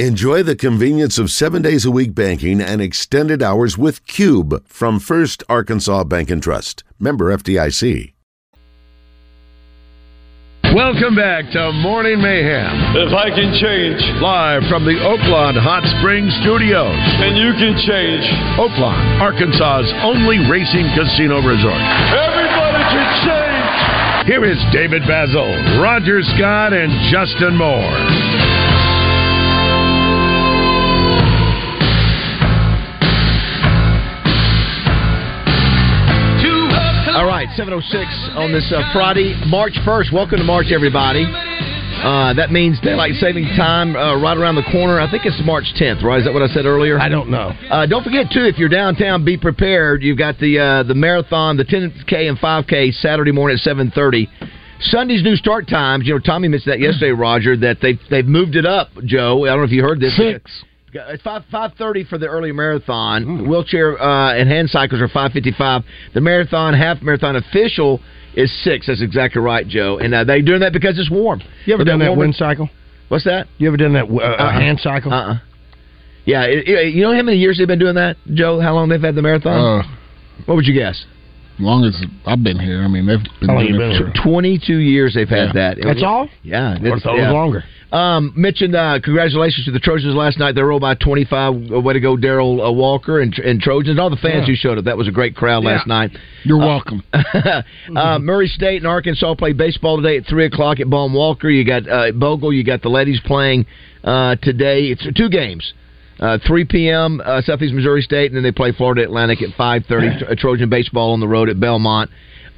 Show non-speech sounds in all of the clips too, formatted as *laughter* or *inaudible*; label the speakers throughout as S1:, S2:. S1: Enjoy the convenience of seven days a week banking and extended hours with Cube from First Arkansas Bank and Trust. Member FDIC. Welcome back to Morning Mayhem.
S2: If I can change,
S1: Live from the Oaklawn Hot Springs Studios.
S2: and you can change,
S1: Oaklawn, Arkansas's only racing casino resort.
S2: everybody can change.
S1: Here is David Basil, Roger Scott, and Justin Moore.
S3: All right, 706 on this uh, Friday, March 1st. Welcome to March, everybody. Uh, that means daylight saving time uh, right around the corner. I think it's March 10th, right? Is that what I said earlier? I don't know. Uh, don't forget, too, if you're downtown, be prepared. You've got the uh, the marathon, the 10K and 5K Saturday morning at 7.30. Sunday's new start times. You know, Tommy mentioned that yesterday, Roger, that they've, they've moved it up, Joe. I don't know if you heard this. Six. It's five five thirty for the early marathon.
S4: Hmm.
S3: Wheelchair uh, and hand cycles are five fifty five. The marathon, half marathon official is six. That's exactly right, Joe. And uh, they're doing that because it's warm.
S4: You ever
S3: But
S4: done
S3: they're
S4: that
S3: warming-
S4: wind cycle?
S3: What's that?
S4: You ever done that uh, uh,
S3: Uh-uh.
S4: hand cycle? *laughs*
S3: Uh-uh. Yeah, it, it- you know how many years they've been doing that, Joe? How long they've had the marathon?
S5: Uh,
S3: what would you guess?
S5: long as I've been here, I mean they've been
S4: How long
S5: doing
S4: you been
S5: it
S4: here?
S5: for-
S3: Twenty-two years they've had that.
S4: That's all?
S3: Yeah,
S4: I thought it was longer.
S3: Um, Mitch and uh, congratulations to the Trojans last night. They rolled by 25. Way to go, Daryl uh, Walker and, and Trojans. All the fans
S5: Yeah.
S3: who showed up. That was a great crowd last night.
S5: You're welcome.
S3: *laughs* uh, Murray State and Arkansas play baseball today at three o'clock at Baum Walker. You got uh, Bogle. You got the ladies playing uh, today. It's two games. Uh, 3 p.m. Uh, Southeast Missouri State, and then they play Florida Atlantic at 5:30. Tro- uh, Trojan baseball on the road at Belmont.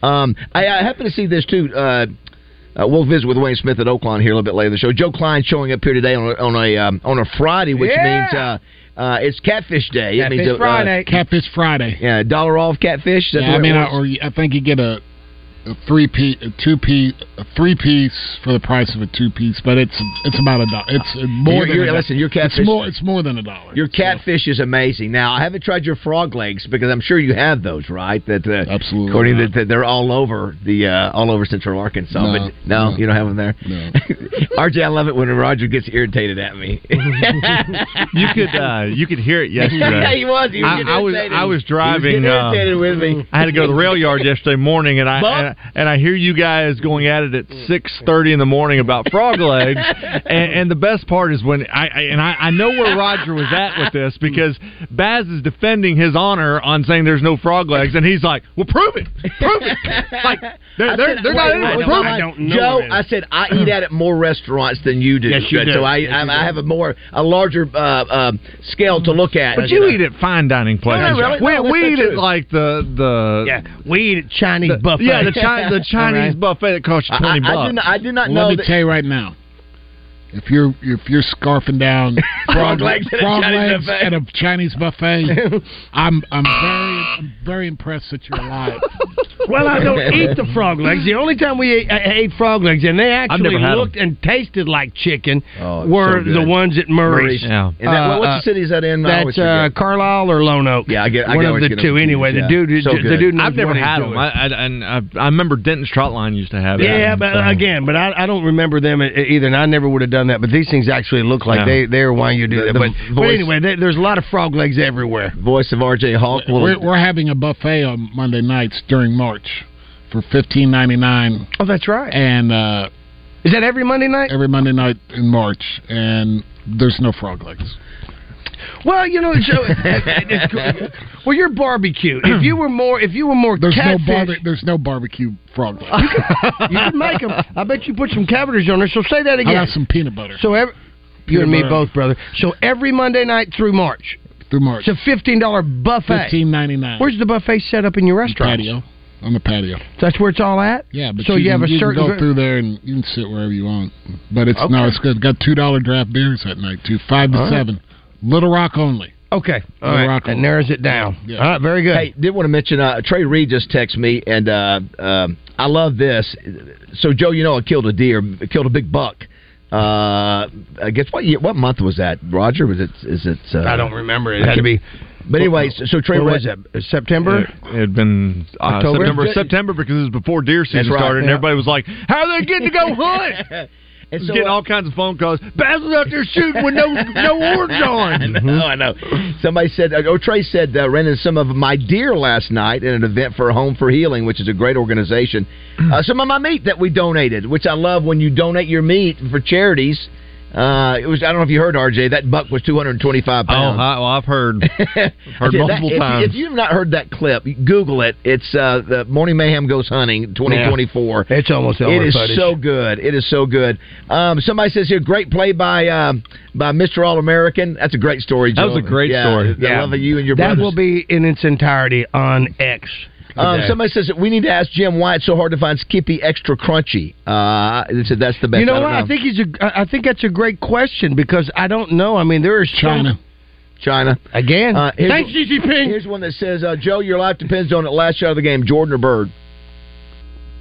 S3: Um, I, I happen to see this too. Uh, uh, we'll visit with Wayne Smith at Oakland here a little bit later in the show. Joe Klein showing up here today on a, on a um, on a Friday, which
S6: Yeah.
S3: means uh, uh, it's Catfish Day. it means,
S6: Catfish
S3: uh,
S6: Friday.
S5: Catfish Friday.
S3: Uh, yeah, dollar off catfish. Is that the
S5: Yeah, I
S3: way it
S5: mean, I,
S3: works?
S5: or you- I think you get a, a three piece, a two piece, a three piece for the price of a two piece, but it's it's about a dollar. It's
S3: You're-
S5: more. than
S3: you're-
S5: a do-
S3: listen, your catfish-
S5: It's more. It's more than a dollar.
S3: Your catfish is amazing. Now, I haven't tried your frog legs because I'm sure you have those, right? That uh, absolutely. According to that, they're all over the uh, all over Central Arkansas.
S5: No,
S3: but no, you don't have them there. *laughs*
S5: No.
S3: RJ, I love it when Roger gets irritated at me.
S7: you could
S3: *laughs*
S7: uh, you could hear it yesterday.
S3: he was. He was
S7: I,
S3: getting
S7: I was
S3: irritated.
S7: I was
S3: He was
S7: driving.
S3: getting
S7: uh,
S3: irritated with me.
S7: I had to go to the rail yard yesterday morning, and I and,
S3: Bump.
S7: I- and I hear you guys going at it at
S3: Mm.
S7: six thirty in the morning about
S3: *laughs*
S7: frog legs, and, and the best part is when I, I and I, I know where Roger was at with this because Baz is defending his honor on saying there's no frog legs, and he's like, "Well, prove it, prove it." Like they're they're, they're not in it. Prove it.
S3: Joe, I said I eat out at more restaurants than you do.
S7: Yes, you do.
S3: So I
S7: Yes,
S3: I,
S7: you
S3: I
S7: do.
S3: have a more a larger uh, uh, scale to look at.
S7: But you eat at fine dining
S3: No, no,
S7: places.
S3: really?
S7: We,
S3: No, that's
S7: we
S3: not
S7: eat at
S3: true.
S7: like the the yeah
S4: we eat at Chinese
S7: the,
S4: buffet.
S7: Yeah,
S3: *laughs*
S7: the, chi- the Chinese buffet that costs you
S3: I-
S7: twenty
S3: I do
S7: bucks.
S3: not- I do not
S5: Well,
S3: know
S5: let me
S3: that-
S5: tell you right now. If you're if you're
S4: *laughs*
S5: scarfing down
S3: Frog legs at a
S5: frog
S3: Chinese
S5: legs
S3: buffet.
S5: at a Chinese buffet, I'm I'm very I'm very impressed that you're alive.
S4: *laughs* Well, I don't eat the frog legs. The only time we ate, I ate frog legs, and they actually
S7: never had 'em.
S4: looked and tasted like chicken,
S3: Oh,
S7: Oh,
S3: it's
S4: were
S3: so good.
S4: the ones at
S3: Murray's.
S4: Murray's.
S3: And that,
S4: Uh,
S3: what-
S4: uh,
S3: what's the city is that in? I always
S4: That's uh,
S3: forget.
S4: Carlisle or Lone Oak.
S3: Yeah, I get- I get-
S4: one of
S3: always
S4: the
S3: get them
S4: two anyway.
S3: confused,
S4: The
S3: yeah.
S4: dude,
S3: So
S4: the
S3: good.
S4: dude knows
S7: I've never
S4: what he's
S7: had them.
S4: doing.
S7: I, I, and uh, I, I remember Denton's Trot Line used to have.
S4: Yeah,
S7: them,
S4: but
S7: so.
S4: again, but I, I don't remember them e- either, and I never would have done that. But these things actually look like
S7: Yeah.
S4: they they are why you do
S3: The-
S4: that.
S3: the
S4: But, but
S3: voice-
S4: anyway, there- there's a lot of frog legs everywhere.
S3: voice of RJ Hawk. will-
S5: We're, we're having a buffet on Monday nights during March for fifteen ninety nine,
S4: Oh, that's right.
S5: and uh,
S4: Is that every Monday night?
S5: every Monday night in March, and there's no frog legs.
S4: Well, you know, Joe. *laughs*
S3: *laughs*
S4: it's cool. well, you're barbecue. If you were more, if you were more
S5: There's
S4: catfish,
S5: no barbe- There's no barbecue frog legs.
S4: you could make them. I bet you put some cabbage on there. So say that
S5: I
S4: again.
S5: got some peanut butter
S4: So every, you and me
S5: butter.
S4: both, brother. So every Monday night through March,
S5: through March.
S4: it's a fifteen dollar buffet.
S5: Fifteen ninety nine.
S4: Where's the buffet set up in your restaurant?
S5: patio? On the patio.
S4: That's where it's all at.
S5: Yeah, but
S4: So you
S5: can,
S4: have a
S5: you
S4: certain
S5: can
S4: gr-
S5: go through there and you can sit wherever you want. But it's no,
S4: Okay.
S5: it's good. Got two dollar draft beers at night too, five to
S4: All right.
S5: seven. Little Rock only.
S4: Okay, all
S5: Little
S4: right.
S5: Rock
S4: That
S5: on.
S4: narrows it down.
S5: Yeah.
S4: All right, very good.
S3: Hey, did want to mention uh, Trey Reed just texted me, and uh, um, I love this. So Joe, you know, I killed a deer, killed a big buck. Uh, I guess what year, what month was that? Roger, was it? Is it? Uh,
S4: I don't remember. It had to be.
S3: But anyway, so, so Trey
S4: What
S3: Reed-
S4: was that? September.
S7: It had been uh,
S4: October?
S7: September, September because it was before deer season
S3: That's right,
S7: started, and
S3: yeah.
S5: *laughs*
S7: everybody was like, "How are they getting to go hunt?" I
S3: And
S7: was
S3: so,
S7: getting
S3: uh,
S7: all kinds of phone calls. Baz was out there shooting
S3: *laughs*
S7: with no no orange on.
S3: I know, I know. Somebody said, oh, Trey said, uh, ran into some of my deer last night at an event for Home for Healing, which is a great organization. Uh, some of my meat that we donated, which I love when you donate your meat for charities. Uh, it was I don't know if you heard RJ that buck was 225
S7: Oh,
S3: pounds.
S7: I, well, I've *laughs* heard
S3: I
S7: heard
S3: said, that-
S7: multiple
S3: if you-
S7: times.
S3: If, you've not heard that clip, Google it. It's uh, the Morning Mayhem Goes Hunting 2024.
S4: It's almost
S3: It
S4: over
S3: is
S4: footage.
S3: so good. It is so good. Um, somebody says here, great play by um, by Mr. All American. That's a great story.
S4: That was
S3: Joel.
S4: a great
S3: Yeah,
S4: story.
S3: I love you and your
S4: That
S3: brothers.
S4: will be in its entirety on X.
S3: Um,
S4: today.
S3: somebody says that we need to ask Jim why it's so hard to find Skippy extra crunchy. Uh, they said that's the best.
S4: you know
S3: I don't
S4: what? I think he's a. I I think that's a great question because I don't know. I mean, there is China.
S3: China
S4: again.
S3: Uh, here's
S4: Thanks,
S3: one-
S4: Xi Jinping.
S3: Here's one that says, uh, Joe, your life depends on it. Last shot of the game, Jordan or Bird?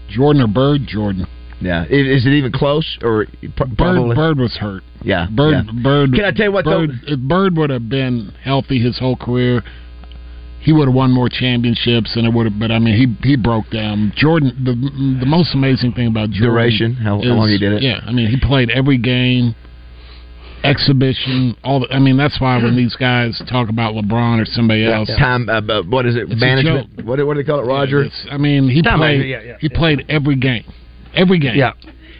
S5: Jordan or Bird? Jordan.
S3: Yeah. I- Is it even close? Or Bird,
S5: Bird, Bird was hurt.
S3: Yeah.
S5: Bird,
S3: yeah.
S5: Bird.
S3: Can I tell you what, though?
S5: Bird, if Bird would have been healthy his whole career, he would have won more championships, and it would have. But I mean, he he broke down. Jordan, the the most amazing thing about Jordan
S3: Duration, how- how
S5: is-
S3: long he did it.
S5: Yeah, I mean, he played every game, exhibition, all. The, I mean, that's why when these guys talk about LeBron or somebody else,
S3: Time, uh, uh, what is it?
S5: It's a
S3: Management. What, do- what do they call it, Roger?
S5: it's- I mean, he
S3: Time
S5: played.
S3: manager, yeah, yeah,
S5: he played every game, every game.
S4: Yeah,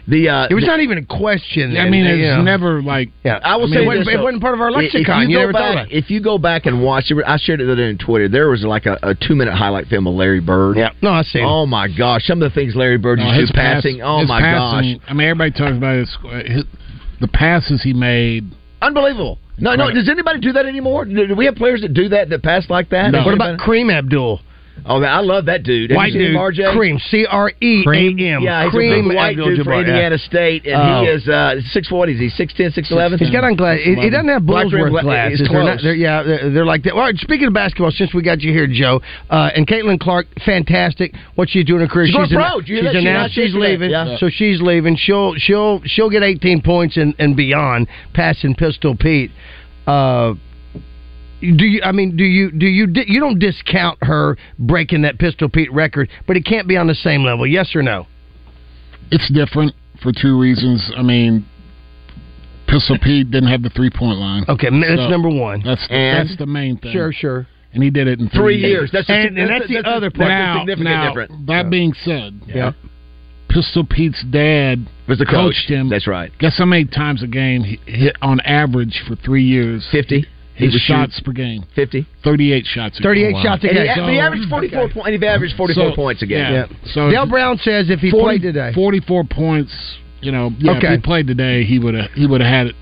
S3: the uh,
S4: It was not even a question.
S5: I
S4: and,
S5: mean,
S4: you
S5: it's
S4: know.
S5: never like.
S4: Yeah,
S3: I will
S5: mean,
S3: say
S5: it wasn't-
S3: this,
S4: it
S3: though.
S4: wasn't part of our
S3: uh, If-
S4: lexicon.
S3: If
S4: You
S3: you,
S4: never
S3: go
S4: thought
S3: back, if you go back and watch, it, I shared it the other day on Twitter. There was like a, a two minute highlight film of Larry Bird. Yeah,
S4: no, I see.
S3: Oh my gosh, some of the things Larry Bird
S5: No,
S3: used to do passing. oh
S5: his
S3: my
S5: passing-
S3: gosh,
S5: I mean, everybody talks about his, his the passes he made.
S3: unbelievable. No, no.
S5: Right.
S3: Does anybody do that anymore? Do, do we have players that do that that pass like that?
S5: No.
S4: What
S3: Anybody?
S4: about Kareem Abdul?
S3: Oh, man, I love that dude. Have
S4: White
S3: you seen
S4: dude,
S3: him, RJ?
S4: Cream, C R E A M.
S3: Yeah, he's a
S4: Cream
S3: big white dude from Indiana State, and he
S4: Oh.
S3: is uh, six. What is he? Six ten, six eleven.
S4: He's got on glass. He, he doesn't have
S3: Black rim
S4: Bullsworth
S3: gla-
S4: glasses.
S3: it's
S4: They're
S3: close.
S4: they're- yeah, they're, they're like that. All right, speaking of basketball, since we got you here, Joe, uh, and Caitlin Clark, fantastic. What she's doing in her career.
S3: She's going
S4: an-
S3: pro. Did you hear that?
S4: she's
S3: She
S4: announced
S3: announced
S4: she's
S3: yesterday.
S4: leaving.
S3: Yeah.
S4: So she's leaving. She'll she'll she'll get 18 points and, and beyond, passing Pistol Pete. Uh, do you? I mean, do you? Do you? Di- you don't discount her breaking that Pistol Pete record, but it can't be on the same level. Yes or no?
S5: It's different for two reasons. I mean,
S3: *laughs*
S5: Pistol Pete didn't have the three point line.
S4: Okay, that's
S5: So,
S4: number one.
S5: That's
S3: And-
S5: that's the main thing.
S4: Sure, sure.
S5: And he did it in
S3: Three
S5: three,
S3: years. That's a-
S4: And- and that's the
S3: a-
S4: other part.
S3: That's a
S5: Now,
S3: significant
S5: now
S3: difference.
S5: that being said,
S4: Yeah.
S5: Pistol Pete's dad
S3: Was the coach.
S5: coached him.
S3: That's right.
S5: Guess how many times a game he hit on average for three years?
S3: Fifty. He
S5: His
S3: was
S5: shots per game,
S3: fifty.
S5: thirty-eight shots. A
S4: 38
S5: game.
S4: shots a
S3: And
S4: game.
S3: he,
S5: so-
S3: he averaged forty-four
S4: Okay.
S3: points. And he averaged forty-four
S5: So,
S3: points a game.
S5: Yeah. So
S4: Dale Brown says if he played today.
S5: 44 points. You know, yeah, if
S4: Okay.
S5: he played today, he would have he would have had it.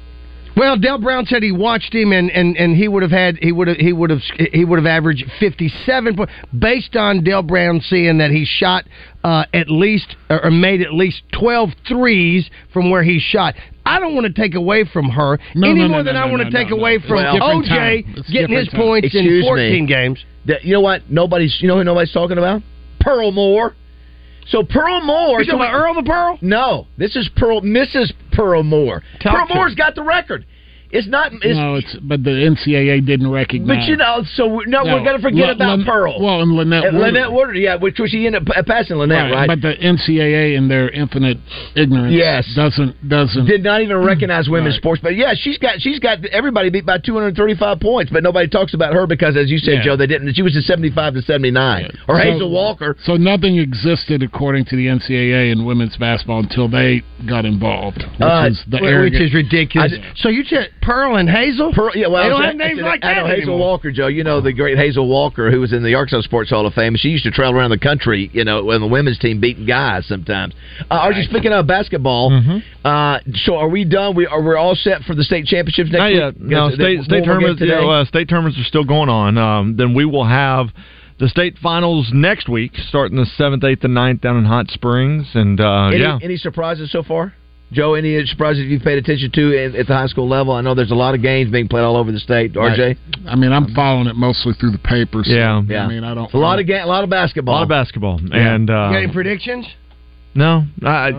S4: Well, Dell Brown said he watched him, and, and, and he would have had he would have he would have he would have averaged fifty seven points based on Dell Brown seeing that he shot uh, at least or or made at least 12 threes from where he shot. I don't want to take away from her
S5: No,
S4: any
S5: no, no,
S4: more
S5: no,
S4: than
S5: no,
S4: I want to
S5: no,
S4: take
S5: no,
S4: away
S5: no.
S4: from
S5: It's a different
S4: OJ
S5: time. It's a
S4: getting his
S5: different time.
S4: points in
S3: Excuse me.
S4: fourteen games.
S3: That- You know what? Nobody's. You know who nobody's talking about? Pearl Moore. So Pearl Moore.
S4: You talking about Earl the Pearl?
S3: No, this is Pearl, Mrs. Pearl Moore.
S4: Talk
S3: Pearl
S4: to
S3: Moore's
S4: me.
S3: got the record. It's not. It's,
S5: no, it's but the NCAA didn't recognize.
S3: but you know, so we no,
S5: No.
S3: we're gonna forget
S5: Le-
S3: about
S5: Lyn-
S3: Pearl.
S5: Well, and Lynette.
S3: And
S5: Woodard.
S3: Lynette Woodard, yeah, which was she ended up passing Lynette, right?
S5: But the NCAA in their infinite ignorance,
S3: Yes.
S5: doesn't doesn't.
S3: Did not even recognize women's
S5: Right.
S3: sports, but yeah, she's got she's got everybody beat by 235 points, but nobody talks about her because, as you said,
S5: Yeah.
S3: Joe, they didn't. She was at 75 to 79, or
S5: So-
S3: Hazel Walker.
S5: so nothing existed according to the NCAA in women's basketball until they got involved, which
S3: Uh,
S5: is the
S3: which
S5: arrogant-
S4: Which is ridiculous.
S3: I-
S4: so you said Pearl and Hazel?
S3: Pearl, yeah, well, I
S4: They
S3: was-
S4: don't have names
S3: I,
S4: like
S3: I know
S4: that
S3: Hazel
S4: anymore.
S3: Walker, Joe. You know the great Hazel Walker, who was in the Arkansas Sports Hall of Fame. She used to travel around the country, you know, on the women's team beating guys sometimes. Uh, are you speaking of basketball?
S7: Mm-hmm.
S3: Uh, so are we done? We are we're all set for the state championships next
S7: Not
S3: week.
S7: yet. No,
S3: Because
S7: state
S3: the-
S7: state
S3: one more game
S7: tournaments.
S3: today.
S7: yeah, uh, state tournaments are still going on. Um, then we will have the state finals next week, starting the seventh, eighth, and 9th down in Hot Springs. And uh,
S3: any,
S7: yeah,
S3: any surprises so far? Joe, any surprises you've paid attention to at, at the high school level? I know there's a lot of games being played all over the state. RJ,
S5: Right. I mean, I'm following it mostly through the papers.
S7: Yeah.
S3: Yeah.
S5: I mean, I don't.
S3: a lot of ga- a lot of
S7: a
S3: basketball.
S7: lot of basketball. And
S4: You
S7: uh,
S4: got any predictions?
S7: no, I, I-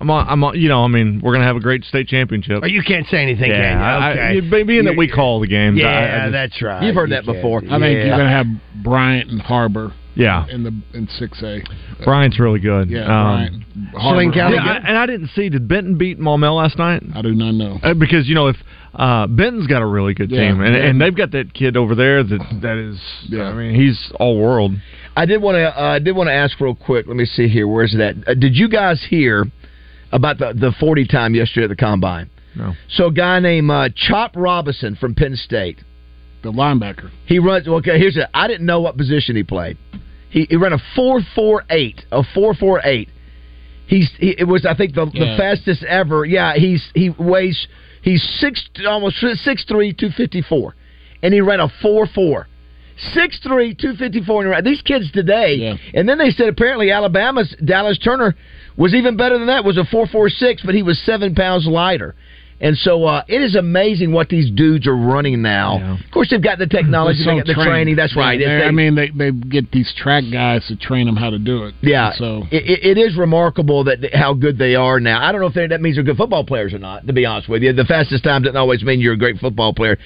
S7: I'm on. I'm on. You know, I mean, we're gonna have a great state championship.
S4: Or Oh, you can't say anything,
S7: yeah,
S4: can you?
S7: I- I-
S4: Okay.
S7: being that
S4: You-
S7: we call the games, I- I
S4: Yeah,
S7: just-
S4: that's right.
S3: You've heard
S4: You
S3: that
S4: can't
S3: before.
S4: do
S5: I think
S3: Yeah.
S5: you're going to have Bryant and Harbor
S7: Yeah.
S5: in the in six A.
S7: Bryant's really good. Um,
S5: Yeah, Bryant. Harvard.
S7: Yeah, I- and I didn't see. Did Benton beat Maumelle last night?
S5: I do not know.
S7: because you know if uh, Benton's got a really good
S5: Yeah.
S7: team, and, and they've got that kid over there that that is. I mean, he's all world.
S3: I did want to. Uh, I did want to ask real quick. Let me see here. Where's that? Uh, did you guys hear about the the forty time yesterday at the combine?
S7: No.
S3: So a guy named uh, Chop Robinson from Penn State,
S5: the linebacker.
S3: He runs. Okay, here's it. I didn't know what position he played. He, he ran a four four eight, a four four eight. He's he, it was I think the,
S6: Yeah.
S3: the fastest ever. Yeah, he's he weighs he's six almost six three two fifty four, and he ran a four four. 6'3", 254. and around. These kids today, and then they said apparently Alabama's Dallas Turner was even better than that. Was a four four six, but he was seven pounds lighter. And so uh, it is amazing what these dudes are running now. Of course, they've got the technology,
S5: They're so
S3: they got the
S5: trained.
S3: training. That's right.
S5: Yeah,
S3: It's-
S5: they- I
S3: they-
S5: mean, they they get these track guys to train them how to do it.
S3: yeah.
S5: So
S3: It- it, it is remarkable that how good they are now. I don't know if they- that means they're good football players or not. To be honest with you, the fastest time doesn't always mean you're a great football player.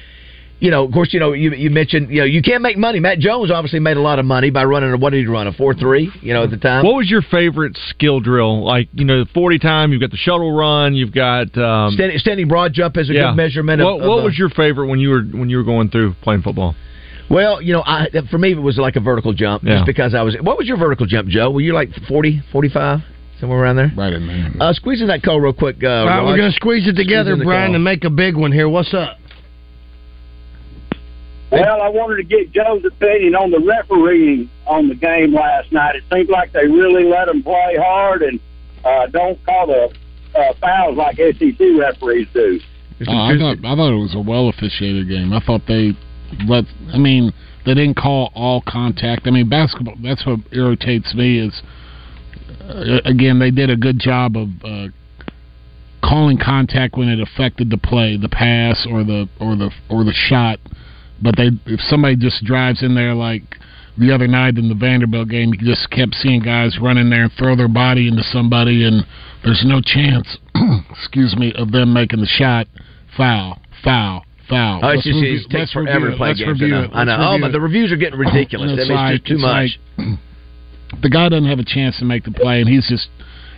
S3: You know, of course, you know you, you mentioned you know you can't make money. Matt Jones obviously made a lot of money by running. a- What did he run? A four three? You know, at the time.
S7: What was your favorite skill drill? Like you know, the forty time. You've got the shuttle run. You've got um,
S3: standing, standing broad jump is a
S7: yeah.
S3: good measurement. of-
S7: What,
S3: of
S7: what
S3: a-
S7: was your favorite when you were when you were going through playing football?
S3: Well, you know, I for me it was like a vertical jump
S7: Yeah.
S3: just because I was. What was your vertical jump, Joe? Were you like 40, 45? somewhere around there?
S5: Right in there.
S3: Uh, squeeze in that call real quick. Uh,
S4: All right, we're
S3: Raj.
S4: going to squeeze it together,
S3: in the
S4: Brian,
S3: call.
S4: and make a big one here. What's up?
S8: Well, I wanted to get Joe's opinion on the refereeing on the game last night. It seemed like they really let them play hard and uh, don't call the uh, fouls like SEC referees do.
S5: uh, I thought I thought it was a well officiated game. I thought they let. I mean, they didn't call all contact. I mean, basketball. That's what irritates me is uh, again they did a good job of uh, calling contact when it affected the play, the pass or the or the or the shot. But they if somebody just drives in there like the other night in the Vanderbilt game, you just kept seeing guys run in there and throw their body into somebody, and there's no chance, *clears throat* excuse me, of them making the shot. Foul, foul, foul.
S3: Oh, it's
S5: Let's
S3: just,
S5: review-
S3: it takes
S5: let's review
S3: forever to
S5: it.
S3: play
S5: Let's
S3: games.
S5: review
S3: I know.
S5: it.
S3: I know.
S5: Let's
S3: Oh,
S5: review
S3: but
S5: it.
S3: the reviews are getting ridiculous.
S5: And
S3: that
S5: it's
S3: means
S5: like-
S3: too
S5: it's
S3: much.
S5: like, the guy doesn't have a chance to make the play, and he's just.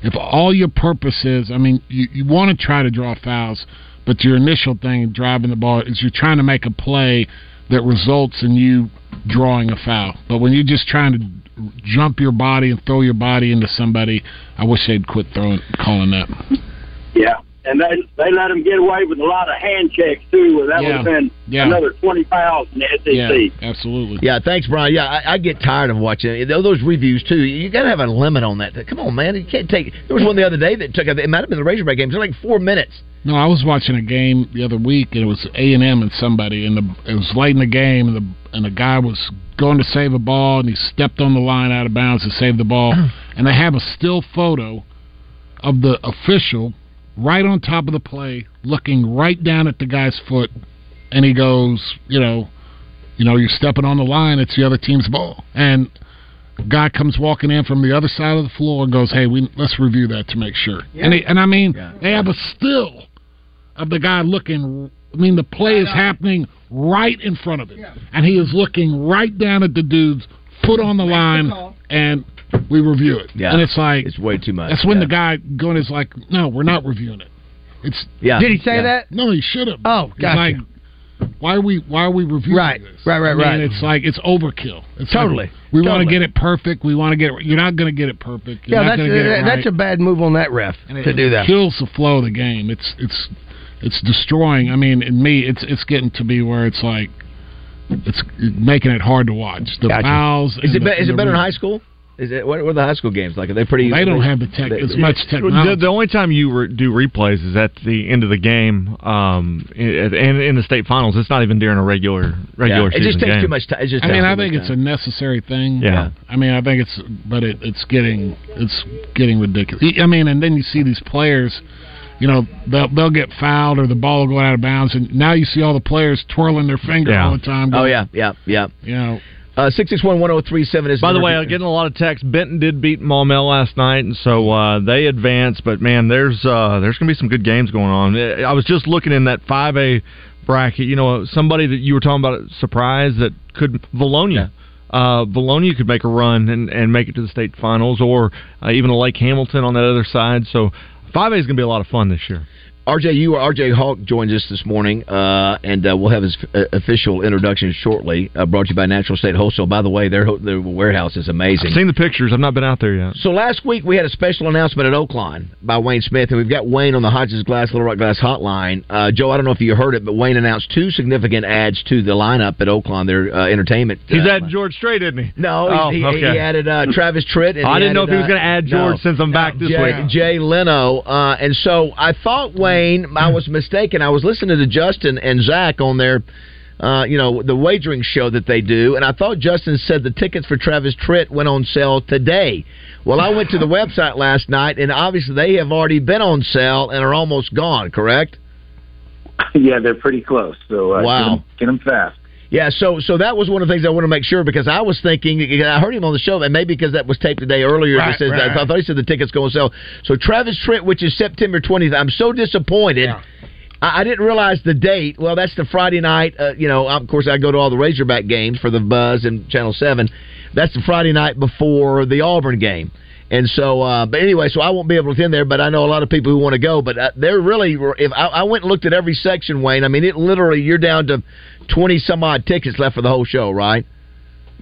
S5: If all your purpose is, I mean, you, you want to try to draw fouls, but your initial thing driving the ball is you're trying to make a play that results in you drawing a foul. But when you're just trying to jump your body and throw your body into somebody, I wish they'd quit throwing calling that.
S8: Yeah, and they they let them get away with a lot of hand checks too. Where that would have been
S5: Yeah.
S8: another twenty fouls in E the SEC.
S5: absolutely.
S3: Yeah, thanks, Brian. Yeah, I, I get tired of watching it. Those- those reviews too. You got to have a limit on that. Come on, man. You can't take. There was one the other day that took. It might have been the Razorback games. They're like four minutes.
S5: No, I was watching a game the other week, and it was A and M and somebody, and the it was late in the game, and the and the guy was going to save a ball, and he stepped on the line out of bounds to save the ball, and they have a still photo of the official right on top of the play, looking right down at the guy's foot, and he goes, you know, you know, you're stepping on the line, it's the other team's ball, and guy comes walking in from the other side of the floor and goes, "Hey, we let's review that to make sure." And he, and I mean, they have a still of the guy looking. I mean, the play is happening right in front of him, and he is looking right down at the dude's foot on the line, and we review it.
S3: Yeah,
S5: and it's like
S3: it's way too much.
S5: that's when the guy going is like, "No, we're not reviewing it." It's
S3: Yeah. Did he say Yeah.
S4: that?
S5: No, he should have.
S4: Oh,
S5: It's
S4: gotcha.
S5: like, why are we why are we reviewing
S4: Right,
S5: this?
S4: right, right,
S5: I mean,
S4: right.
S5: It's like it's overkill. It's like,
S4: Totally,
S5: we want to
S4: totally.
S5: get it perfect. We want to get it. You're not going to get it perfect. You're
S4: Yeah, that's
S5: not gonna get it
S4: that-
S5: right.
S4: that's a bad move on that ref
S5: And it-
S4: to do
S5: it
S4: that.
S5: kills the flow of the game. It's it's it's destroying. I mean, in me, it's it's getting to be where it's like it's making it hard to watch. The
S3: Gotcha.
S5: fouls.
S3: Is
S5: and
S3: it
S5: the,
S3: be, is
S5: and
S3: it
S5: the
S3: better in
S5: re-
S3: high school? Is it what, what are the high school games like? Are they pretty?
S5: They don't have the tech as much
S7: The,
S5: technology.
S7: the only time you re- do replays is at the end of the game, um, and in, in the state finals. It's not even during a regular regular
S5: it just
S7: season
S5: takes
S7: game.
S5: too much
S3: time. It's
S5: I mean, I think it's a necessary thing.
S7: Yeah. Yeah.
S5: I mean, I think it's, but it, it's getting, it's getting ridiculous. I mean, and then you see these players, you know, they'll they'll get fouled or the ball will go out of bounds, and now you see all the players twirling their finger all the time.
S3: Oh yeah, yeah, yeah.
S5: You know,
S3: uh, six six one one zero three seven is.
S7: By the way,
S3: number-
S7: I'm getting a lot of texts. Benton did beat Maumelle last night, and so uh, they advanced. But man, there's uh, there's gonna be some good games going on. Eh, I I was just looking in that 5A bracket. You know, somebody that you were talking about surprise that could Valonia uh, Bologna could make a run and, and make it to the state finals, or uh, even a Lake Hamilton on that other side. So 5A is going to be a lot of fun this year.
S3: RJ, you or RJ Hawk joins us this morning, uh, and uh, we'll have his uh, official introduction shortly. Uh, brought to you by Natural State Wholesale. By the way, their ho- their warehouse is amazing.
S7: I've seen the pictures. I've not been out there yet.
S3: So last week we had a special announcement at Oakline by Wayne Smith, and we've got Wayne on the Hodges Glass Little Rock Glass Hotline. Uh, Joe, I don't know if you heard it, but Wayne announced two significant adds to the lineup at Oakline. Their uh, entertainment.
S7: He's
S3: uh,
S7: adding George Strait, isn't he?
S3: No,
S7: oh,
S3: he, he-
S7: okay.
S3: he added uh, Travis Tritt. And
S7: I didn't know if he was going
S3: to
S7: to add George since I'm back this
S3: Jay,
S7: week.
S3: Jay Leno. Uh, and so I thought Wayne, I was mistaken. I was listening to Justin and Zach on their, uh, you know, the wagering show that they do, and I thought Justin said the tickets for Travis Tritt went on sale today. Well, I
S7: *laughs*
S3: went to the website last night, and obviously they have already been on sale and are almost gone. Correct?
S6: *laughs* yeah, they're pretty close. So uh,
S3: Wow.
S6: get, them,
S9: *laughs*
S6: fast.
S3: Yeah, so so that was one of the things I want to make sure because I was thinking I heard him on the show and maybe because that was taped today earlier.
S6: Right,
S3: that says
S6: right.
S3: I thought he said the tickets go on sale. So Travis Tritt, which is September twentieth, I'm so disappointed. I, I didn't realize the date. Well, that's the Friday night. Uh, you know, of course I go to all the Razorback games for the Buzz and Channel Seven. That's the Friday night before the Auburn game. And so, uh, but anyway, so I won't be able to attend there. But I know a lot of people who want to go. But uh, they're really, if I, I went and looked at every section, Wayne. I mean, it literally you're down to twenty some odd tickets left for the whole show, right?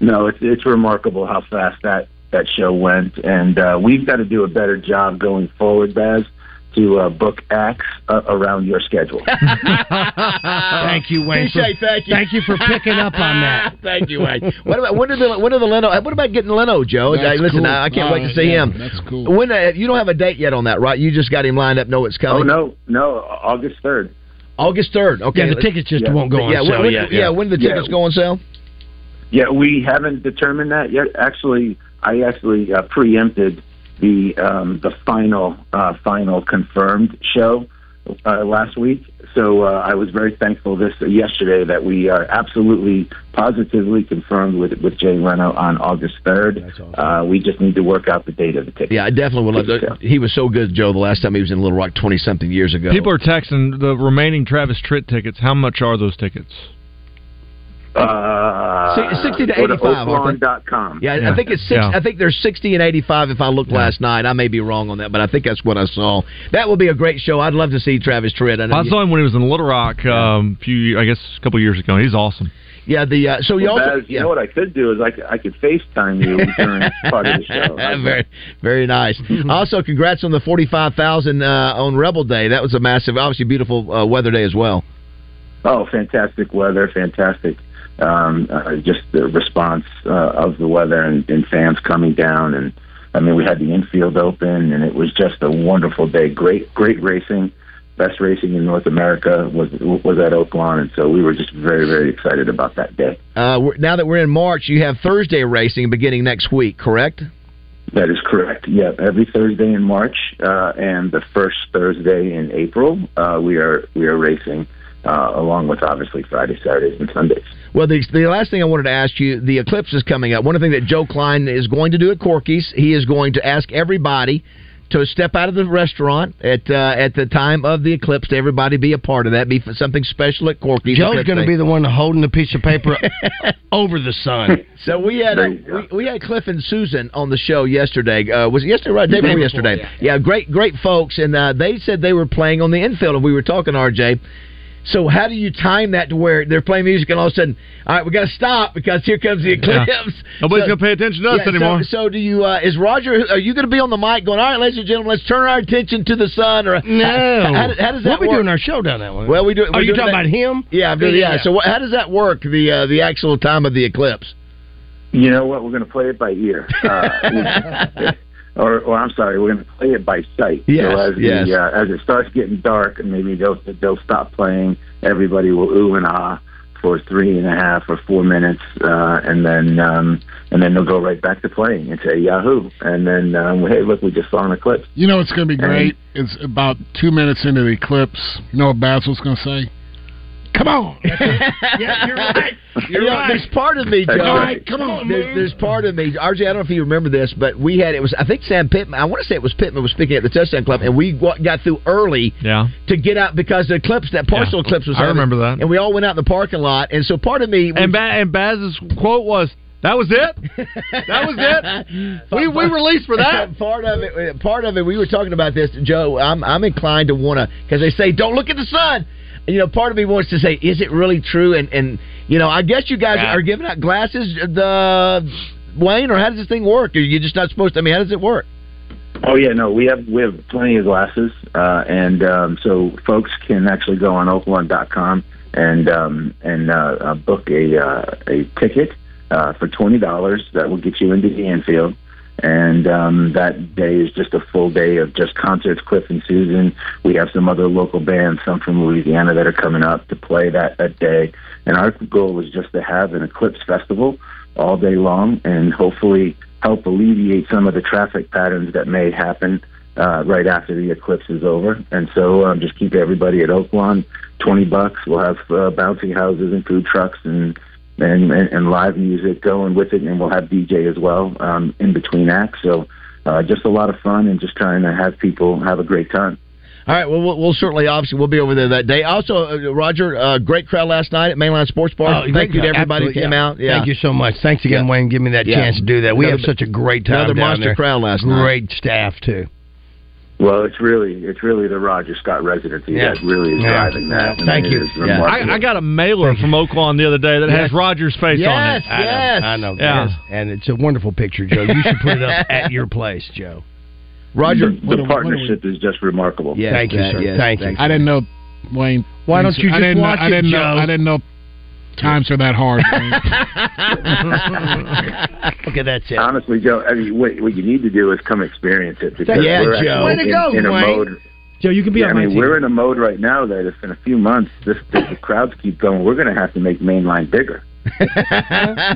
S6: No, it's it's remarkable how fast that that show went, and uh, we've got to do a better job going forward, Baz, to uh, book acts uh, around your
S4: *laughs*
S6: schedule. Oh,
S4: Thank you, Wayne. for-
S3: Touche, thank you.
S4: Thank you for picking up on that.
S3: *laughs* thank you, Wayne. What about when are the when are the Leno? What about getting Leno, Joe?
S4: That's
S3: Uh, Listen,
S4: cool.
S3: I, I can't
S4: Oh,
S3: wait to see
S4: yeah,
S3: him.
S5: That's cool.
S3: When uh, you don't have a date yet on that, right? You just got him lined up. Know it's
S6: oh
S3: coming.
S6: no, no, August third.
S3: August third. Okay,
S4: Yeah, the tickets just
S6: Yeah.
S4: won't go on
S3: yeah, when-
S4: sale
S3: when,
S4: yet.
S3: yeah, when do the
S6: Yeah.
S3: tickets go on sale?
S6: Yeah, we haven't determined that yet. Actually, I actually uh, preempted the um, the final uh, final confirmed show uh, last week. So uh, I was very thankful this yesterday that we are absolutely positively confirmed with with Jay Leno on August third. Uh, we just need to work out the date of the ticket.
S3: Yeah, I definitely would love to. He was so good, Joe. The last time he was in Little Rock, twenty something years ago.
S7: People are texting the remaining Travis Tritt tickets. How much are those tickets?
S6: Uh,
S3: Si- 60 to
S6: go
S3: 85, aren't
S6: Oaklawn.com.
S3: yeah, I- I
S7: Yeah.
S3: think it's six.
S7: Yeah.
S3: I think there's 60 and 85. If I looked last night, I may be wrong on that, but I think that's what I saw. That would be a great show. I'd love to see Travis Tritt. I know
S7: I
S3: you-
S7: saw him when he was in Little Rock um, few, I guess, a couple years ago. He's awesome.
S3: yeah, the uh, so you
S6: Well,
S3: also
S6: Baz, you
S3: yeah.
S6: know what I could do is I could, I could FaceTime you
S3: *laughs*
S6: during part of the show.
S3: very,
S6: *laughs*
S3: very nice. also, congrats on the 45,000 uh, on Rebel Day. That was a massive, obviously beautiful uh, weather day as well.
S6: Oh, fantastic weather, fantastic. Um, uh, just the response uh, of the weather and, and fans coming down, and I mean, we had the infield open, and it was just a wonderful day. Great, great racing, best racing in North America was was at Oaklawn, and so we were just very, very excited about that day.
S3: Uh, we're, now that we're in March, you have Thursday racing beginning next week, correct?
S6: That is correct. Yeah, every Thursday in March uh, and the first Thursday in April, uh, we are we are racing uh, along with obviously Friday, Saturdays, and Sundays.
S3: Well, the, the last thing I wanted to ask you, the eclipse is coming up. One thing that Joe Klein is going to do at Corky's, he is going to ask everybody to step out of the restaurant at uh, at the time of the eclipse. To everybody be a part of that, be something special at Corky's.
S4: Joe's going to be the one holding the piece of paper *laughs* over the sun.
S3: So we had
S6: There
S3: uh,
S6: you go.
S3: we, we had Cliff and Susan on the show yesterday. Uh, was it yesterday? Right, day
S4: Day
S3: before
S4: before,
S3: yesterday. Yeah. great great folks, and uh, they said they were playing on the infield, and we were talking RJ. So how do you time that to where they're playing music and all of a sudden, all right, we got to stop because here comes the eclipse.
S7: Nobody's
S3: So-
S7: going to pay attention to us
S3: yeah, so-
S7: anymore.
S3: So, do you? Uh, is Roger? Are you going to be on the mic going? All right, ladies and gentlemen, let's turn our attention to the sun. Or
S4: No.
S3: how, how, how does that
S4: We'll be
S3: work?
S4: doing our show down that way.
S3: well, we do.
S4: Are
S3: we're
S4: you
S3: doing
S4: talking
S3: that- *laughs*
S4: about him?
S3: Yeah, I'm doing- yeah. So what, how does that work? The uh, the actual time of the eclipse.
S6: You know what? We're going to play it by ear. Uh,
S3: *laughs*
S6: we- or, or I'm sorry, we're going to play it by sight.
S3: Yes,
S6: so as,
S3: yes.
S6: The, uh, as it starts getting dark, maybe they'll, they'll stop playing. Everybody will ooh and ah for three and a half or four minutes, uh, and then um, and then they'll go right back to playing and say Yahoo, and then um, hey, look, we just saw an eclipse.
S5: You know it's going to be great. It's about two minutes into the eclipse. You know what Basil's going to say? Come on.
S4: yeah, you're right.
S3: You know, There's part of me, Joe.
S6: That's
S5: All
S6: right.
S5: right, come on,
S3: There's,
S5: man.
S3: there's part of me, RJ. I don't know if you remember this, but we had it was I think Sam Pittman. I want to say it was Pittman was speaking at the touchdown club, and we wa- got through early
S7: Yeah.
S3: to get out because the eclipse, that partial
S7: Yeah.
S3: eclipse was.
S7: I
S3: happening.
S7: remember that.
S3: and we all went out in the parking lot. And so part of me,
S7: And, ba- and Baz's quote was, That was
S3: *laughs*
S7: it. That was *laughs* it. We we released for
S3: *laughs*
S7: that.
S3: part of it. uh, Part of it. We were talking about this, Joe. I'm I'm inclined to want to because they say don't look at the sun. And, You know, part of me wants to say, is it really true? And and you know, I guess you guys
S7: Yeah.
S3: are giving out glasses, the Wayne, or how does this thing work? Are you just not supposed? to? I mean, how does it work?
S6: Oh yeah, no, we have we have plenty of glasses, uh, and um, so folks can actually go on oaklawn.com and um, and uh, uh, book a uh, a ticket uh, for twenty dollars that will get you into the Anfield. And um, that day is just a full day of just concerts. Cliff and Susan. We have some other local bands, some from Louisiana, that are coming up to play that that day. And our goal was just to have an Eclipse Festival all day long, and hopefully help alleviate some of the traffic patterns that may happen uh, right after the eclipse is over. And so um, just keep everybody at Oaklawn. Twenty bucks. We'll have uh, bouncy houses and food trucks and. And, and and live music going with it, and we'll have DJ as well um, in between acts. So uh, just a lot of fun, and just trying to have people have a great time.
S3: All right, well, we'll, we'll certainly, obviously, we'll be over there that day. Also, uh, Roger, uh, great crowd last night at Mainline Sports Bar.
S4: Oh,
S3: Thank you to everybody who
S4: absolutely,
S3: came
S4: yeah.
S3: out. Yeah.
S4: Thank you so much. Thanks again, Wayne, giving me that
S3: Yeah.
S4: chance to do that. We
S3: Another
S4: have
S3: bi-
S4: such a great time
S3: another
S4: down
S3: monster
S4: there.
S3: crowd last night.
S4: Great staff too.
S6: Well, it's really it's really the Roger Scott residency
S4: Yeah.
S6: that really is
S4: Yeah.
S6: driving that. I mean,
S4: Thank
S6: it
S4: you.
S6: is
S4: Yeah.
S6: remarkable.
S7: I, I got a mailer from Oakland the other day that
S4: Yes.
S7: has Roger's face on it.
S3: Yes,
S4: I know,
S3: yes.
S4: I know.
S7: Yeah.
S4: yes. And it's a wonderful picture, Joe. You should put
S3: *laughs*
S4: it up at your place, Joe.
S3: Roger.
S6: the, the
S3: *laughs*
S6: partnership is just remarkable.
S3: Yes,
S4: Thank you,
S3: that-
S4: sir.
S3: yes,
S4: Thank you.
S5: I didn't know, Wayne.
S4: Why don't you
S5: I
S4: just
S5: didn't
S4: watch
S5: know, I
S4: it,
S5: didn't know.
S4: Joe?
S5: I didn't know times are that hard. Wayne.
S4: *laughs* okay, that's it.
S6: Honestly, Joe, I mean, what, what you need to do is come experience it because
S3: Yeah,
S6: we're
S3: Joe.
S6: actually
S4: Way to
S6: in,
S4: go,
S6: in a
S4: Wayne.
S6: mode.
S10: Joe, you can be
S6: Yeah, I
S10: on my
S6: mean,
S10: team.
S6: we're in a mode right now that if in a few months this, this the crowds keep going, we're going to have to make mainline bigger.
S4: *laughs*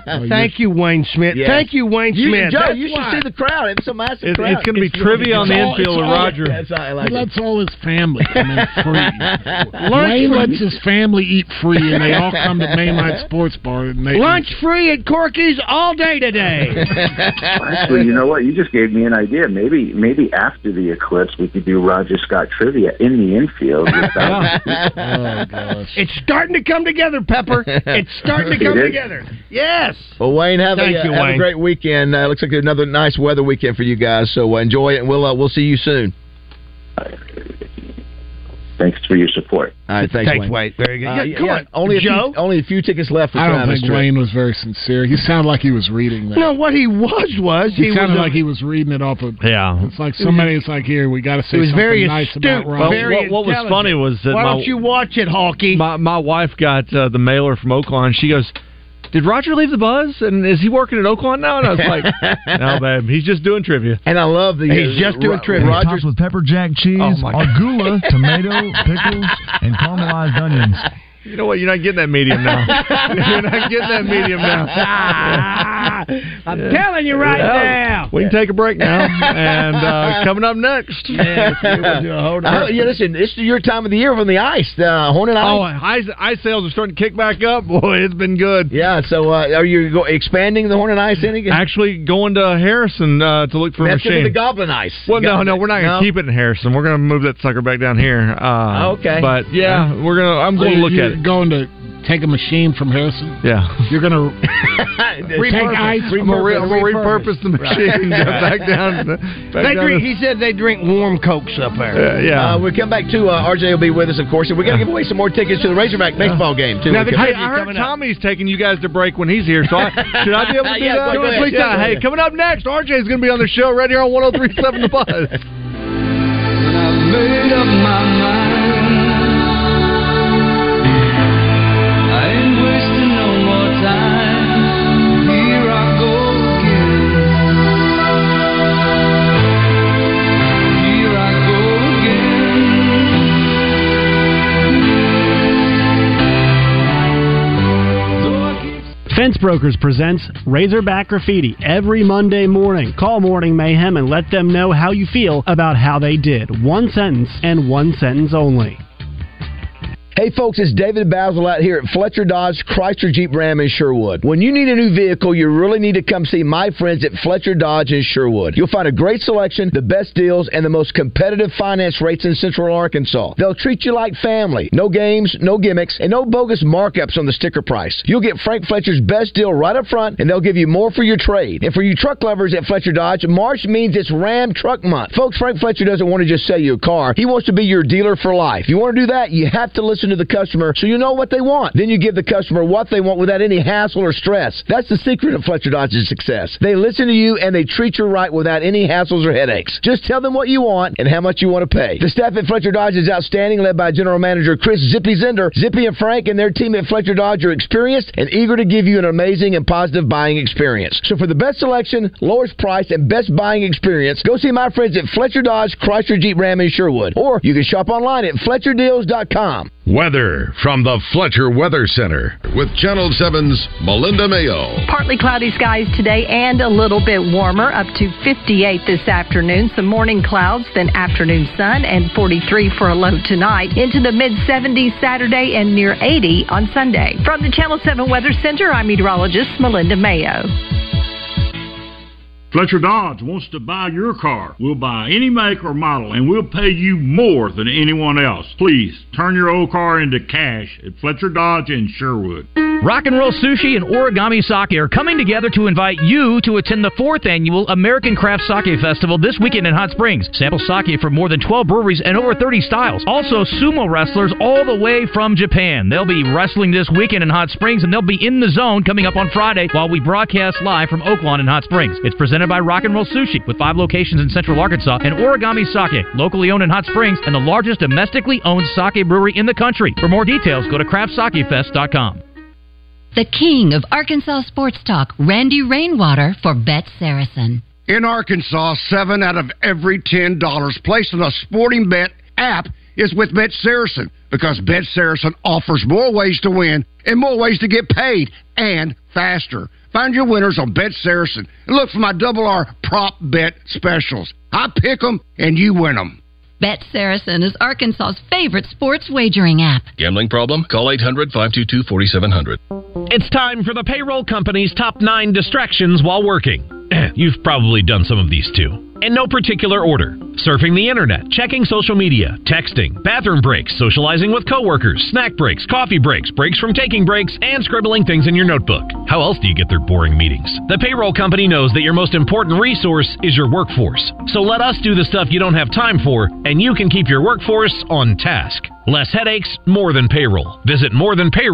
S4: Thank you, Wayne Smith.
S3: Oh, Yes.
S4: Thank you, Wayne
S3: You,
S4: Smith.
S3: Joe,
S4: That's
S3: you should
S4: why.
S3: see the crowd. It's a massive
S7: It's,
S3: crowd.
S7: it's going to be
S10: It's really-
S7: trivia on
S5: it's
S7: the
S5: all-
S7: infield
S5: it's
S7: with
S5: all-
S7: Roger.
S3: That's I like
S5: he
S3: it.
S5: lets all his family
S4: *laughs*
S5: come in free.
S4: Lunch
S5: Wayne
S4: free.
S5: lets his family eat free, and they all come to *laughs* Mainline Sports Bar. And they
S10: Lunch free at Corky's all day today.
S3: *laughs*
S6: Actually, you know what? You just gave me an idea. Maybe, maybe after the eclipse, we could do Roger Scott trivia in the
S4: *laughs*
S6: infield. Without,
S5: Oh gosh.
S4: It's starting to come together, Pepper. It's starting to
S6: It
S4: come
S6: is.
S4: together. Yes.
S3: Well, Wayne, have,
S4: Thank
S3: a, uh,
S4: you,
S3: have a
S4: Wayne.
S3: great weekend. Uh, looks like another nice weather weekend for you guys. So uh, enjoy it, and we'll uh, we'll see you soon.
S6: thanks for your support.
S3: All right, thanks,
S4: Thanks,
S3: Wayne.
S4: Wayne. Very good.
S3: Uh,
S4: Yeah, come
S3: yeah,
S4: on,
S3: only a
S4: Joe.
S3: few, only a few tickets left for
S5: I don't
S3: Travis
S5: think
S3: Tritt.
S5: Wayne was very sincere. He sounded like he was reading that.
S4: No, what he was was
S5: he, *laughs*
S4: he, was uh,
S5: sounded
S4: a-
S5: like he was reading it off of.
S7: Yeah.
S5: It's like somebody. It's like here we got to say
S4: He was
S5: something
S4: very
S5: nice
S4: astute,
S5: about Rob.
S7: Well,
S4: Very
S7: what, what was
S4: intelligent.
S7: funny was that
S4: Why
S7: my,
S4: don't you watch it, Hawkeye?
S7: my my wife got uh, the mailer from Oakland. She goes, "Did Roger leave the buzz? And is he working at Oakland now?" And I was like, "No, babe, he's just doing trivia."
S3: And I love the
S4: He's just doing
S3: Ro-
S4: trivia.
S3: Rogers.
S11: with pepper jack cheese,
S7: Oh, my God.
S11: agula, tomato, pickles, and caramelized onions.
S7: *laughs* You know what? You're not getting that medium
S10: *laughs*
S7: now. You're not getting that medium now.
S10: *laughs* I'm telling you right now.
S7: We can take a break now,
S3: *laughs*
S10: *laughs*
S7: and uh, coming up next. *laughs* Uh-huh.
S3: Oh, yeah, listen, this is your time of the year on the ice, uh, Hornet Ice.
S7: Oh, ice, ice sales are starting to kick back up. *laughs* Boy, it's been good.
S3: Yeah, so uh, are you go- expanding the Hornet Ice in again?
S7: Actually, going to Harrison uh, to look for
S3: That's
S7: a
S3: gonna be
S7: machine.
S3: the Goblin Ice.
S7: Well, no,
S3: Goblin
S7: no,
S3: Ice.
S7: we're not
S3: No?
S7: gonna keep it in Harrison. We're gonna move that sucker back down here. Uh,
S3: Okay.
S7: but yeah, we're gonna. I'm going to look
S5: you're
S7: at it.
S5: Going to take a machine from Harrison.
S7: Yeah,
S5: You're
S7: *laughs*
S5: going to take ice
S7: I'm
S5: from
S7: gonna,
S5: a
S7: re-
S5: real
S7: I'm gonna repurpose the machine back down. Back
S4: They
S7: down
S4: drink,
S7: to-
S4: he said they drink warm cokes up there.
S7: uh, yeah.
S3: Uh, we come back to uh, RJ will be with us, of course, and we're going to give away some more tickets to the Razorback baseball game too.
S4: Now, the-
S3: We'll
S7: Hey,
S4: trivia
S7: I heard
S4: coming up.
S7: Tommy's taking you guys to break when he's here,
S3: *laughs*
S7: so I, should I be able to do
S3: Yeah,
S7: that?
S3: go ahead.
S7: Please,
S3: Yeah,
S7: uh,
S3: go
S7: hey,
S3: ahead.
S7: coming up next, RJ's going to be on the show right here on 1037 The Buzz.
S10: Fence Brokers presents Razorback Graffiti every Monday morning. Call Morning Mayhem and let them know how you feel about how they did. One sentence and one sentence only.
S3: Hey, folks, it's David Basil out here at Fletcher Dodge Chrysler Jeep Ram in Sherwood. When you need a new vehicle, you really need to come see my friends at Fletcher Dodge in Sherwood. You'll find a great selection, the best deals, and the most competitive finance rates in Central Arkansas. They'll treat you like family. No games, no gimmicks, and no bogus markups on the sticker price. You'll get Frank Fletcher's best deal right up front, and they'll give you more for your trade. And for you truck lovers at Fletcher Dodge, March means it's Ram Truck Month. Folks, Frank Fletcher doesn't want to just sell you a car. He wants to be your dealer for life. You want to do that? You have to listen to the customer so you know what they want. Then you give the customer what they want without any hassle or stress. That's the secret of Fletcher Dodge's success. They listen to you and they treat you right without any hassles or headaches. Just tell them what you want and how much you want to pay. The staff at Fletcher Dodge is outstanding, led by General Manager Chris Zippy Zender. Zippy and Frank and their team at Fletcher Dodge are experienced and eager to give you an amazing and positive buying experience. So for the best selection, lowest price, and best buying experience, go see my friends at Fletcher Dodge, Chrysler Jeep Ram in Sherwood, or you can shop online at FletcherDeals.com.
S9: Weather from the Fletcher Weather Center with Channel 7's Melinda Mayo.
S12: Partly cloudy skies today and a little bit warmer, up to 58 this afternoon. Some morning clouds, then afternoon sun, and 43 for a low tonight. Into the mid 70s Saturday and near 80 on Sunday. From the Channel 7 Weather Center, I'm meteorologist Melinda Mayo.
S13: Fletcher Dodge wants to buy your car. We'll buy any make or model and we'll pay you more than anyone else. Please turn your old car into cash at Fletcher Dodge in Sherwood.
S14: Rock and Roll Sushi and Origami Sake are coming together to invite you to attend the fourth annual American Craft Sake Festival this weekend in Hot Springs. Sample sake from more than 12 breweries and over 30 styles. Also, sumo wrestlers all the way from Japan. They'll be wrestling this weekend in Hot Springs and they'll be in the zone coming up on Friday while we broadcast live from Oaklawn in Hot Springs. It's presented by Rock and Roll Sushi with five locations in Central Arkansas and Origami Sake, locally owned in Hot Springs and the largest domestically owned sake brewery in the country. For more details, go to craftsakefest.com.
S15: The king of Arkansas sports talk, Randy Rainwater for Bet Saracen.
S16: In Arkansas, seven out of every ten dollars placed on a sporting bet app is with Bet Saracen because Bet Saracen offers more ways to win and more ways to get paid and faster. Find your winners on Bet Saracen and look for my double R prop bet specials. I pick 'em and you win 'em.
S15: Bet Saracen is Arkansas's favorite sports wagering app.
S17: Gambling problem? Call 800 522 4700.
S18: It's time for the payroll company's top nine distractions while working. *clears throat* You've probably done some of these too. In no particular order surfing the internet, checking social media, texting, bathroom breaks, socializing with coworkers, snack breaks, coffee breaks, breaks from taking breaks, and scribbling things in your notebook. How else do you get through boring meetings? The payroll company knows that your most important resource is your workforce. So let us do the stuff you don't have time for, and you can keep your workforce on task. Less headaches, more than payroll. Visit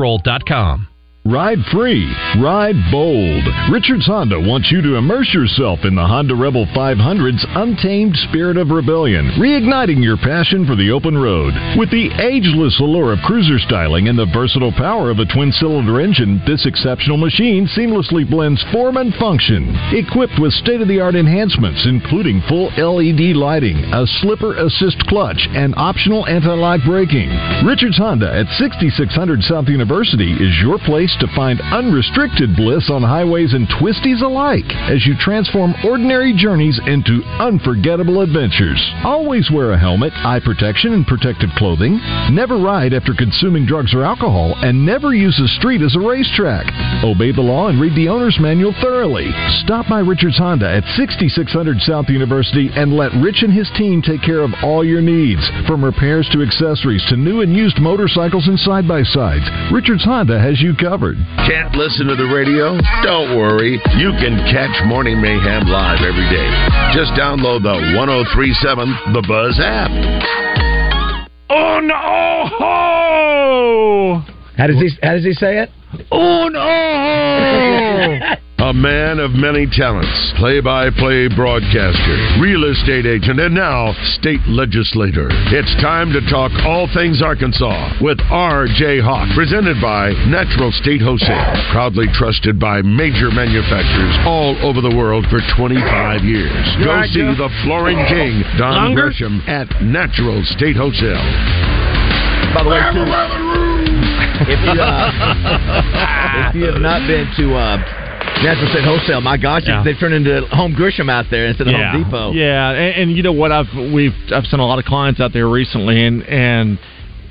S18: morethanpayroll.com.
S19: Ride free, ride bold. Richards Honda wants you to immerse yourself in the Honda Rebel 500's untamed spirit of rebellion, reigniting your passion for the open road. With the ageless allure of cruiser styling and the versatile power of a twin cylinder engine, this exceptional machine seamlessly blends form and function. Equipped with state of the art enhancements, including full LED lighting, a slipper assist clutch, and optional anti lock braking. Richards Honda at 6600 South University is your place to find unrestricted bliss on highways and twisties alike as you transform ordinary journeys into unforgettable adventures. Always wear a helmet, eye protection, and protective clothing. Never ride after consuming drugs or alcohol, and never use a street as a racetrack. Obey the law and read the owner's manual thoroughly. Stop by Richards Honda at 6600 South University and let Rich and his team take care of all your needs, from repairs to accessories to new and used motorcycles and side by sides. Richards Honda has you covered.
S1: Can't listen to the radio? Don't worry. You can catch Morning Mayhem live every day. Just download the 1037 The Buzz app.
S7: On oh ho!
S3: How does he how does he say it?
S7: On oh!
S3: *laughs*
S1: A man of many talents, play by play broadcaster, real estate agent, and now state legislator. It's time to talk all things Arkansas with R.J. Hawk, presented by Natural State Wholesale, proudly trusted by major manufacturers all over the world for 25 years.
S2: You
S1: Go
S2: all right,
S1: see
S2: Joe?
S1: the flooring king, Don
S2: Longer?
S1: Gresham, at Natural State Wholesale.
S3: By the way, too, if you, uh, if you have not been to uh, National State Wholesale, my gosh,
S7: Yeah.
S3: they've turned into Home Grisham out there instead of Home Depot.
S7: Yeah, and, and you know what? I've we've I've sent a lot of clients out there recently, and and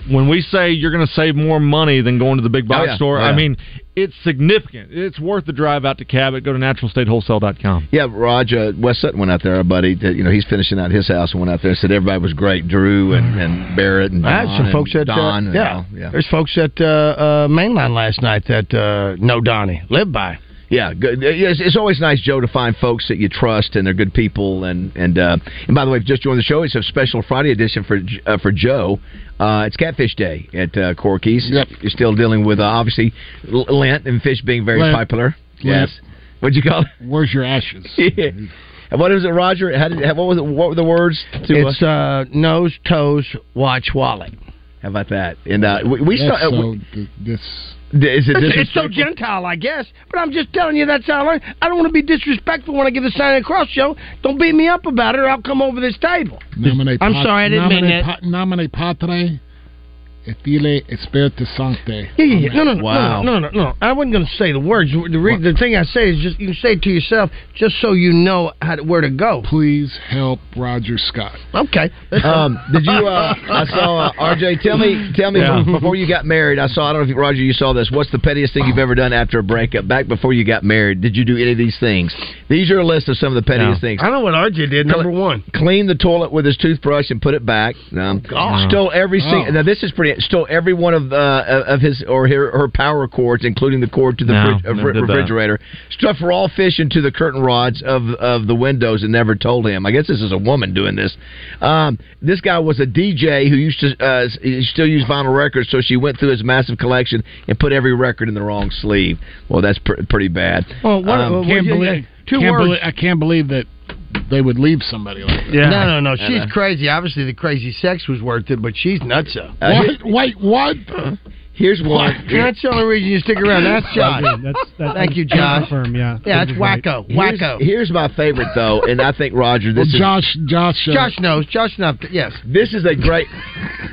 S7: when we say you're going to save more money than going to the big box
S3: Oh, yeah.
S7: store,
S3: Oh,
S7: I
S3: yeah.
S7: mean it's significant. It's worth the drive out to Cabot. Go to naturalstatewholesale.com.
S3: Yeah, Raj, uh, Wes Sutton went out there, our buddy. That, you know, he's finishing out his house and went out there and said everybody was great. Drew and, and Barrett and
S4: I had
S3: Don
S4: some
S3: and
S4: folks that uh,
S3: Don. and
S4: yeah,
S3: all, yeah.
S4: There's folks at uh, uh, Mainline last night that uh, know Donnie, live by.
S3: Yeah, good. Uh, yeah, It's, it's always nice, Joe, to find folks that you trust and they're good people. And and uh, and by the way, if you just joined the show, it's a special Friday edition for J- uh, for Joe. Uh, it's Catfish Day at uh, Corky's. You're still dealing with uh, obviously L- Lent and fish being very
S5: Lent.
S3: popular.
S5: Lent.
S3: Yes. What'd you call it?
S5: Where's your ashes?
S3: *laughs* yeah. And What was it, Roger? How did, what was it, what were the words? To,
S4: it's uh, nose, toes, watch, wallet.
S3: How about that? And uh, we, we
S4: That's
S3: start. uh,
S4: so
S3: we-
S5: this
S3: is it
S4: It's, it's so
S3: disrespectful?
S4: Gentile, I guess. But I'm just telling you that's how I learned. I don't want to be disrespectful when I give the sign and cross show. Don't beat me up about it, or I'll come over this table.
S5: Nominate
S4: I'm
S5: pat-
S4: sorry, I didn't mean
S5: nominate
S4: that.
S5: pat- nominate Patre et File Espiritu Sancte.
S4: Yeah, yeah, yeah. No, no, no,
S5: Oh, Wow.
S4: no, no, no, no. I wasn't going to say the words. The, re- the thing I say is just you say it to yourself, just so you know how to, where to go.
S5: Please help Roger Scott.
S4: Okay.
S3: Um, did you? Uh, I saw uh, RJ. Tell me, tell me
S5: Yeah.
S3: before you got married. I saw. I don't know if you- Roger, you saw this. What's the pettiest thing you've ever done after a breakup? Back before you got married, did you do any of these things? These are a list of some of the pettiest things.
S4: I know what RJ did. Number one.
S3: Clean the toilet with his toothbrush and put it back. Um,
S4: God.
S3: Stole every
S4: Oh.
S3: single. Now this is pretty. Stole every one of uh, of his or her, her power cords, including the cord to the
S7: No,
S3: fridge, uh,
S7: never
S3: fri-
S7: did that.
S3: refrigerator. Stuffed raw fish into the curtain rods of of the windows and never told him. I guess this is a woman doing this. Um, this guy was a DJ who used to uh, s- he still use vinyl records, so she went through his massive collection and put every record in the wrong sleeve. Well, that's pr- pretty bad.
S4: Well, what,
S3: Um,
S4: well,
S5: Can't
S4: yeah, yeah.
S5: believe,
S4: Two
S5: can't
S4: words.
S5: believe- I can't believe that they would leave somebody like that.
S4: No, no, no. She's crazy. Obviously, the crazy sex was worth it, but she's nuts.
S5: Uh, What? Wait, what?
S3: Here's
S4: one. That's the only reason you stick around. That's Josh.
S3: That's- that's-
S4: Thank you,
S3: that's
S4: Josh.
S3: confirmed,
S4: yeah. Yeah, that's wacko.
S3: Here's-
S4: Wacko.
S3: Here's, my favorite though, and I think Roger. This is
S5: Josh. Josh.
S4: Josh uh, knows. Josh knows. Yes.
S3: This is a great.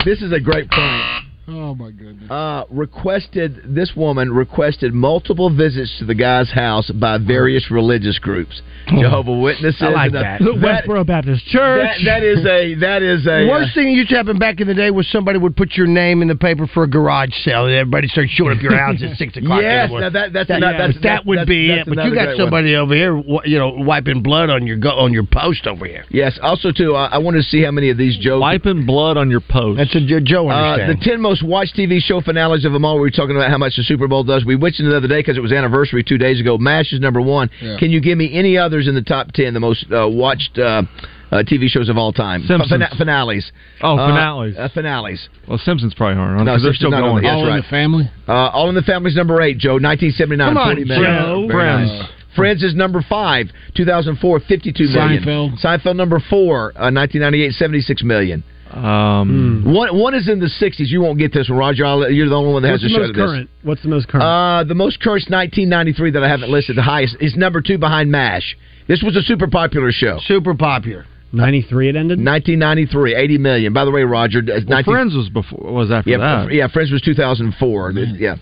S3: This is a great point.
S5: Oh my goodness.
S3: Uh, requested this woman requested multiple visits to the guy's house by various religious groups, Jehovah Witnesses.
S4: *laughs* Oh. I like
S3: and
S4: that.
S3: the-
S4: Westboro Baptist Church.
S3: that- that is a that is a uh,
S4: The worst thing that used to happen back in the day was somebody would put your name in the paper for a garage sale, and everybody started showing up your house at six o'clock.
S3: Yes,
S4: in
S3: now
S4: the morning.
S3: that- that's ano-
S4: but
S3: that's-
S4: that
S3: that's-
S4: would be
S3: that's-
S4: it.
S3: that's
S4: But you
S3: another
S4: got
S3: great one.
S4: somebody over here, wa- you know, wiping blood on your go- on your post over here.
S3: Yes. Also, too, I, I wanted to see how many of these Joe
S7: wiping blood on your post.
S4: That's a Joe- Joe
S3: Uh,
S4: understands.
S3: the 10 most watched TV show finales of them all. We were talking about how much the Super Bowl does. We went into the other day because it was anniversary two days ago. MASH is number one.
S5: Yeah.
S3: Can you give me any others in the top 10, the most uh, watched uh, uh, TV shows of all time?
S7: Simpsons.
S3: Fina- finales.
S7: Oh,
S3: Uh,
S7: finales.
S3: Uh, finales.
S7: Well, Simpsons probably aren't on
S3: No,
S7: because they're
S3: Simpsons
S7: still
S3: not on
S7: going.
S3: the- that's All in right. the
S5: Family.
S3: Uh, all in the Family's number eight, Joe, 1979.
S7: Come on,
S3: 40 million.
S7: Joe.
S3: Very nice.
S7: Friends.
S3: Friends is number five, 2004, 52 million. Seinfeld. Seinfeld number four, uh, 1998, 76 million.
S7: Um,
S3: One one is in the 60s. You won't get this one, Roger. I'll, let- you're the only one that
S10: What's
S3: has
S10: the
S3: a show
S10: most
S3: to this.
S10: current? What's the most current?
S3: Uh, the most current is 1993 that I haven't listed. The highest is number two behind MASH. This was a super popular show.
S4: Super popular.
S3: 93 it ended? 1993, 80 million. By the way, Roger. uh, 19
S7: Friends was before was after
S3: yeah,
S7: that.
S3: yeah, Friends was 2004. yeah.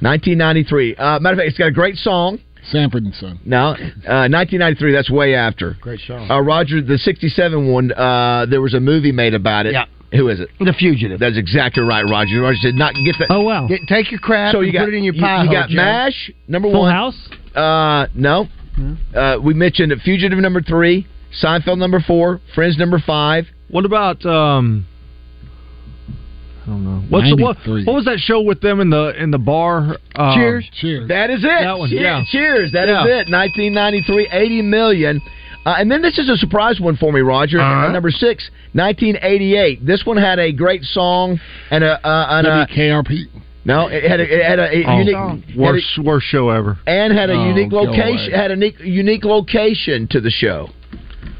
S3: 1993. Uh, matter of fact, it's got a great song.
S5: Sanford and Son.
S3: No, uh, 1993, that's way after.
S4: Great show.
S3: Uh, Roger, the 67 one, uh, there was a movie made about it.
S4: Yeah.
S3: Who is it?
S4: The Fugitive.
S3: That's exactly right, Roger. Roger said, not get that. Oh,
S10: wow.
S4: Get, take your crap
S3: So you
S4: and
S3: got,
S4: put it in your
S3: you-
S4: pie.
S3: You,
S4: hole,
S3: got
S4: Joe.
S3: MASH, number
S4: Full
S3: one.
S4: House?
S3: Uh, no. Uh, we mentioned Fugitive number three, Seinfeld number four, Friends number five.
S7: What about um? I don't know. What's the, what? What was that show with them in the in the bar? Um,
S3: Cheers.
S5: Cheers.
S3: That is it.
S7: That one,
S3: Cheers.
S7: yeah.
S3: Cheers. That is
S7: Yeah.
S3: it. 1993, 80 million. Uh, and then this is a surprise one for me, Roger.
S5: Uh-huh.
S3: Number six, 1988. This one had a great song and a uh, and a
S5: WKRP.
S3: No, Oh, it had a, it had a, a
S7: Oh,
S3: unique
S7: worst worst show ever.
S3: had a- and had a
S7: Oh,
S3: unique
S7: go
S3: location.
S7: away.
S3: Had a unique, unique location to the show.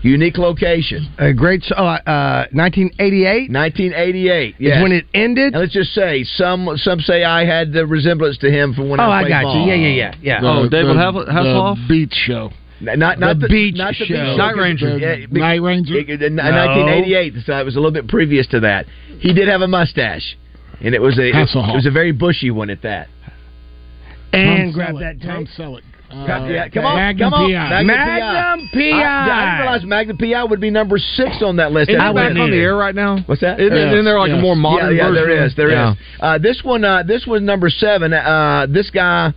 S3: Unique location.
S4: A great. so- Uh, uh, 1988.
S3: 1988.
S4: Is
S3: Yes.
S4: when it ended.
S3: And let's just say some some say I had the resemblance to him from when
S4: Oh,
S3: I
S4: I
S3: played
S4: got you.
S3: ball.
S4: Yeah, yeah, yeah, yeah. Oh, David Hav- Hasselhoff?
S5: The beach show.
S3: N- Not, not the,
S5: The beach
S3: not the
S5: show.
S3: beach
S5: Night Ranger.
S3: Yeah, be-
S5: Night Ranger?
S3: it- it- in
S5: No.
S3: 1988, so it was a little bit previous to that. He did have a mustache, and it was a it,
S5: Hasselhoff.
S3: was a very bushy one at that.
S4: And
S5: Tom
S4: grab
S5: Selleck.
S4: that
S5: Tom Selleck.
S4: Uh,
S3: Come- yeah, come on,
S5: Magnum
S3: come on.
S5: PI.
S3: Magnum PI. I, I didn't realize Magnum PI would be number six on that list.
S7: Isn't
S3: I
S7: it back
S3: went-
S7: on the air right now?
S3: What's that?
S7: Isn't, isn't there like a more modern
S3: Yeah, yeah
S7: version?
S3: there
S7: of-
S3: is. There is.
S7: Yeah.
S3: Uh, this one. Uh, this was number seven. Uh, this guy.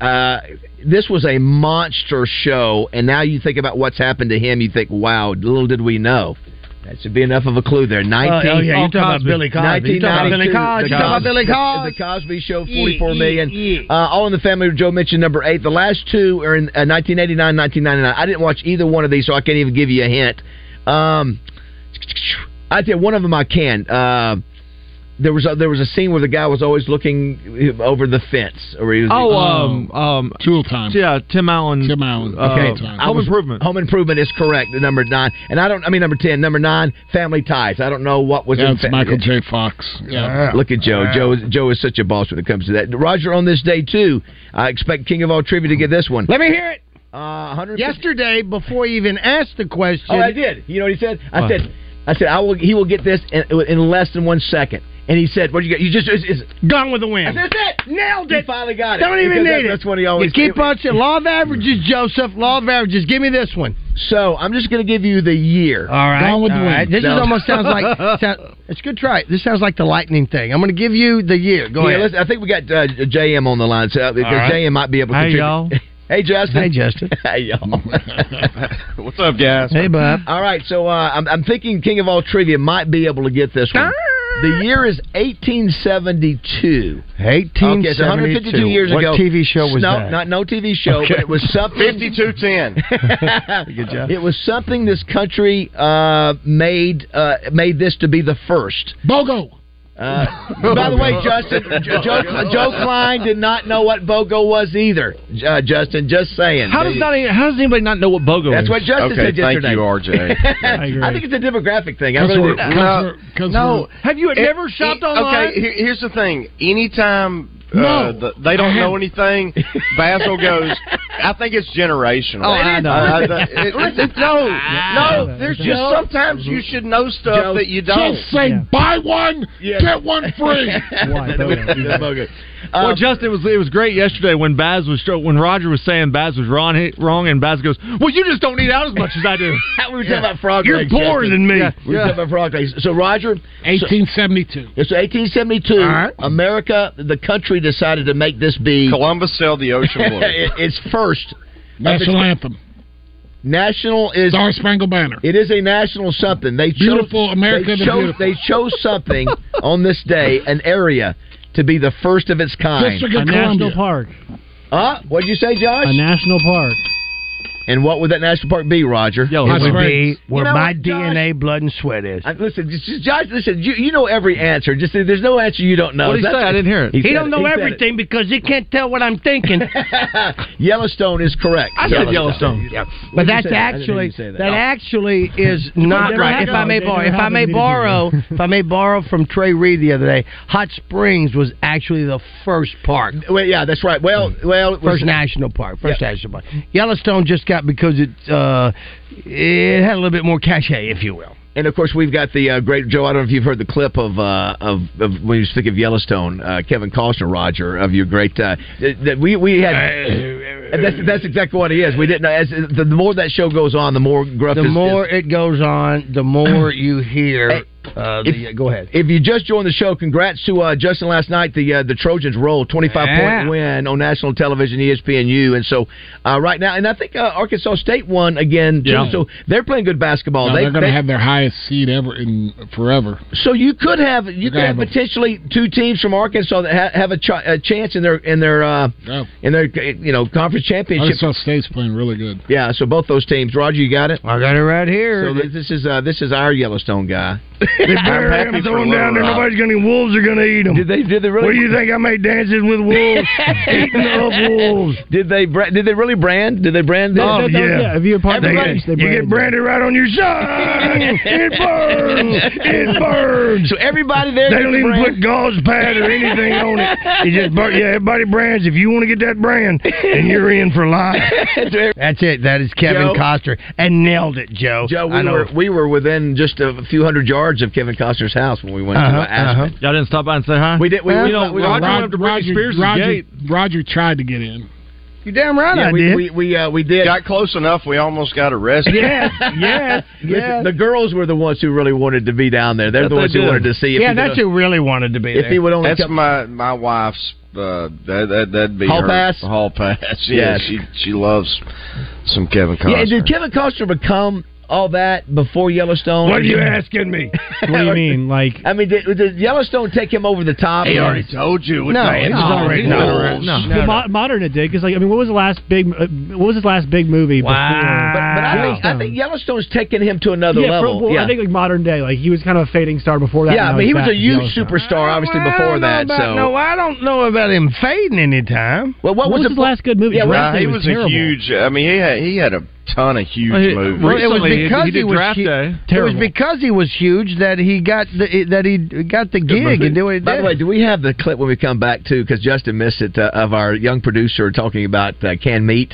S3: Uh, this was a monster show, and now you think about what's happened to him. You think, wow, little did we know. That should be enough of a clue there. Nineteen.
S4: oh, yeah, you're talking about Billy Cosby. You're talking about Billy
S3: 1992,
S4: Cosby.
S3: the
S4: You're talking about
S3: Cosby-
S4: Billy
S20: Oh,
S4: Cosby.
S3: The Cosby Show,
S4: Forty-four
S3: Forty-four
S4: million.
S3: million. Uh, All in the Family, Joe mentioned number eight. The last two are in uh, 1989, 1999. I didn't watch either one of these, so I can't even give you a hint. Um, I tell you, one of them I can. Uh, there was a, there was a scene where the guy was always looking over the fence, or he was
S7: Oh, um, um,
S5: Tool Time.
S7: Yeah, Tim Allen. Uh,
S5: Tim Allen.
S3: Okay,
S7: Home Improvement.
S3: Home Improvement is correct. The number nine, and I don't. I mean, number ten. Number nine, Family Ties. I don't know what was.
S5: Yeah,
S3: in
S5: it's
S3: fa-
S5: Michael J. Fox. Yeah.
S3: Look at Joe.
S5: Yeah.
S3: Joe. Is, Joe is such a boss when it comes to that. Roger, on this day too, I expect King of All Trivia to get this one.
S4: Let me hear it.
S3: Uh,
S4: Yesterday, before you even asked the question,
S3: Oh, I did. You know what he said? I
S4: What?
S3: said, I said, I will. He will get this in, in less than one second. And he said, "What you got? You just is, is
S4: gone with the wind."
S3: That's it. Nailed it. finally got it.
S4: Don't even
S3: Because that-
S4: need it.
S3: That's what he always.
S4: You keep
S3: it-
S4: on saying law of averages, Joseph. Law of averages. Give me this one.
S3: So I'm just going to give you the year.
S4: All right.
S3: Gone with the
S4: All
S3: wind.
S4: right. This
S3: No.
S4: is almost
S3: *laughs*
S4: sounds like sound- it's a good try. This sounds like the lightning thing. I'm going to give you the year. Go
S3: Yeah,
S4: ahead.
S3: listen, I think we got uh, JM on the line, so uh, because
S4: right.
S3: JM might be able to.
S4: Hey,
S3: contribute.
S4: y'all.
S3: *laughs* hey, Justin.
S4: Hey, Justin.
S3: *laughs* hey, y'all.
S7: *laughs* What's up, guys?
S4: Hey, bub.
S3: All right, so uh, I'm, I'm thinking King of All Trivia might be able to get this
S4: Ah!
S3: one. The year is 1872.
S4: 1872.
S3: Okay, so 152 years
S4: what
S3: ago.
S4: TV show was
S3: no,
S4: that?
S3: Not no TV show,
S4: Okay.
S3: but it was something. *laughs* 5210.
S4: Good job.
S3: It was something this country uh, made uh, made this to be the first.
S5: BOGO.
S3: Uh, by the way, Justin,
S21: *laughs*
S4: *laughs*
S3: Joe, Joe- Joe Klein did not know what BOGO was either. Uh, Justin, just saying.
S7: How does not any- how does anybody not know what BOGO
S3: That's
S7: is?
S3: what Justin said yesterday. *laughs* I, think it's a demographic thing. I really do.
S21: no.
S7: Have you
S21: It-
S7: never shopped
S21: it-
S7: online?
S21: Okay, here, here's the thing. Anytime uh,
S7: No.
S21: the, they
S7: I
S21: don't know
S7: haven't.
S21: anything, *laughs* Basil goes. I think it's generational.
S7: Oh, I know.
S21: Uh,
S20: *laughs*
S4: *laughs*
S21: it- it- it- no,
S4: Ah,
S21: no. There's just
S7: Joe.
S21: sometimes you should know stuff that you don't.
S5: Just say buy one, get one free.
S7: *laughs* well, Justin, it was it was great yesterday when Baz was when Roger was saying Baz was wrong, he- wrong, and Baz goes, "Well, you just don't eat out as much as I do."
S3: we were talking about frog
S7: You're
S3: legs.
S7: poorer
S3: Justin.
S7: than me.
S3: Yeah, we were
S7: Yeah.
S3: talking
S4: *laughs*
S3: about frog legs. So Roger,
S5: 1872.
S3: So, 1872, America, the country decided to make this be
S21: Columbus sailed the
S3: *laughs*
S21: ocean blue.
S3: It- it's first
S5: National
S3: Up in-
S5: anthem.
S3: National is
S5: Star Spangled Banner.
S3: It is a national something. They chose,
S5: Beautiful America
S3: They
S5: the
S3: chose,
S5: beautiful.
S3: they chose something on this day, an area to be the first of its kind.
S10: District of A national Columbia. park.
S3: Huh? What'd you say, Josh?
S10: A national park.
S3: And what would that national park be, Roger? Yo,
S4: it would be
S3: you
S4: where
S3: know,
S4: my
S3: Josh,
S4: DNA, blood, and sweat is.
S3: I, listen, just- just- Josh. Listen, you, you know every answer. Just there's no answer you don't know.
S4: What'd he
S3: That's-
S4: say? I didn't
S3: He,
S4: He,
S3: said
S4: don't
S3: it.
S4: know
S3: He said it.
S4: everything because he can't tell what I'm thinking.
S3: Yellowstone is correct.
S4: I said Yellowstone.
S3: Yeah.
S4: But
S3: What'd you
S4: that's
S3: say? I didn't hear
S4: actually
S3: you say Oh.
S4: that. actually is not
S3: Well,
S4: right.
S3: they
S4: If I may
S3: don't have
S4: borrow, if I may
S3: it.
S4: borrow, if I may borrow from Trey Reed the other day, Hot Springs was actually the first park. Hmm.
S3: Well, yeah, that's right. Well, well, it was-
S4: first national park, first national park. Yellowstone just got because it uh, it had a little bit more cachet, if you will.
S3: And of course, we've got the uh, great Joe. I don't know if you've heard the clip of uh, of, of when you speak of Yellowstone, uh, Kevin Costner, Roger, of your great uh, th- that we we had. and that's that's exactly what he is. We didn't. know As the, the more that show goes on, the more gruff.
S4: The
S3: is- is-
S4: more it goes on,
S3: *clears throat*
S4: the more you hear. Uh, the,
S3: *laughs*
S4: go ahead.
S3: If you just joined the show, congrats to uh, Justin last night. The uh, the Trojans rolled 25
S4: Yeah.
S3: point win on national television, E ESPNU, and so uh, right now, and I think uh, Arkansas State won again too.
S5: Yeah.
S3: So they're playing good basketball.
S5: No,
S3: they,
S5: they're going to
S3: they-
S5: have their highest seed ever in forever.
S3: So you could have you could
S5: gonna
S3: have
S5: have a-
S3: potentially two teams from Arkansas that ha- have a, ch- a chance in their in their uh, in their you know conference championship.
S5: Arkansas State's playing really good.
S3: Yeah, so both those teams. Roger, you got it.
S4: I got it right here.
S3: So th- this is uh, this is our Yellowstone guy.
S4: They bury
S3: happy
S4: him,
S3: for
S4: throw him down there.
S3: Little Rock.
S4: Nobody's gonna. Wolves are gonna eat him.
S3: Did they? Did they really?
S4: What do you think? I made dances with
S3: *laughs*
S4: wolves, eating *laughs* up wolves.
S3: Did they? Bra- did they really brand? Did they brand?
S4: Oh,
S3: this?
S4: yeah. Yeah, if you're a part of the
S3: Everybody-
S4: race, they You brand get branded right on
S3: *laughs*
S4: your sign. It burns. It burns.
S3: So everybody there.
S4: They
S3: gets
S4: don't even
S3: brand.
S4: put gauze pad or anything on it. It just bur- yeah, everybody brands. If you want to get that brand, then you're in for life.
S3: *laughs*
S4: That's it. That is
S3: Joe.
S4: Kevin Costner, and nailed it, Joe.
S3: Joe,
S4: I
S3: we *laughs*
S4: know.
S3: were we were within just a few hundred yards of Kevin Costner's house when we went
S4: Uh-huh,
S3: to Aspen.
S4: uh-huh.
S7: *laughs* Y'all didn't stop by and say hi.
S3: We did. We,
S7: you
S3: we-
S7: know,
S3: we-
S7: Roger
S3: Roger-
S7: went up to Britney Spears'
S5: Roger,
S7: gate.
S5: Roger tried to get in.
S12: You damn right
S3: Yeah,
S12: I
S3: we-
S12: did.
S3: we-
S22: uh, we did.
S4: Got close enough. We almost got *laughs* arrested.
S12: Yes, yes,
S3: Listen,
S12: yes.
S3: the girls were the ones who really wanted to be down there. They're
S4: Yes,
S3: the
S4: they
S3: ones who
S4: did.
S3: wanted to see. If
S12: yeah,
S3: he
S12: that's
S3: did
S12: who really wanted to be
S3: If
S12: there.
S3: he would only
S4: That's
S3: come-
S4: my my wife's. Uh, that that that'd be
S3: Hall
S4: her
S3: pass?
S4: Hall pass. Yeah,
S3: Yes.
S4: she she loves some Kevin
S3: a-
S4: Costner.
S3: Yeah, did Kevin Costner become all that before Yellowstone?
S4: What are you
S12: asking me?
S10: What do you mean? Like
S3: I mean, did, did Yellowstone take him over the top?
S10: He already
S3: told you.
S10: what No, the it was hell already- he no,
S3: no,
S10: Well, mo- modern it did because like I mean, what was the last big? Uh, what was his last big movie?
S3: But,
S10: Before?
S3: but I, think, I think Yellowstone's taking him to another
S10: yeah,
S3: level.
S10: for- well,
S3: yeah,
S10: I think like modern day, like he was kind of a fading star before that.
S3: yeah.
S10: and
S3: I
S10: now
S3: mean, he
S10: he's
S3: was
S10: back
S3: a
S10: in
S3: huge
S10: Yellowstone.
S3: superstar, obviously
S12: I
S3: before
S12: don't know
S3: that.
S12: about-
S3: so
S12: no, I don't know about him fading any time.
S3: Well,
S10: What was was his the- last good movie? Yeah,
S4: Nah, he was, a huge. I mean, he had he had a ton of huge movies.
S12: Well, it was because he, was hu- It was because he was huge that he got the that he got the gig and did what he
S3: By the
S12: did.
S3: way, do we have the clip when we come back too? Because Justin missed it uh, of our young producer talking about uh, canned meat.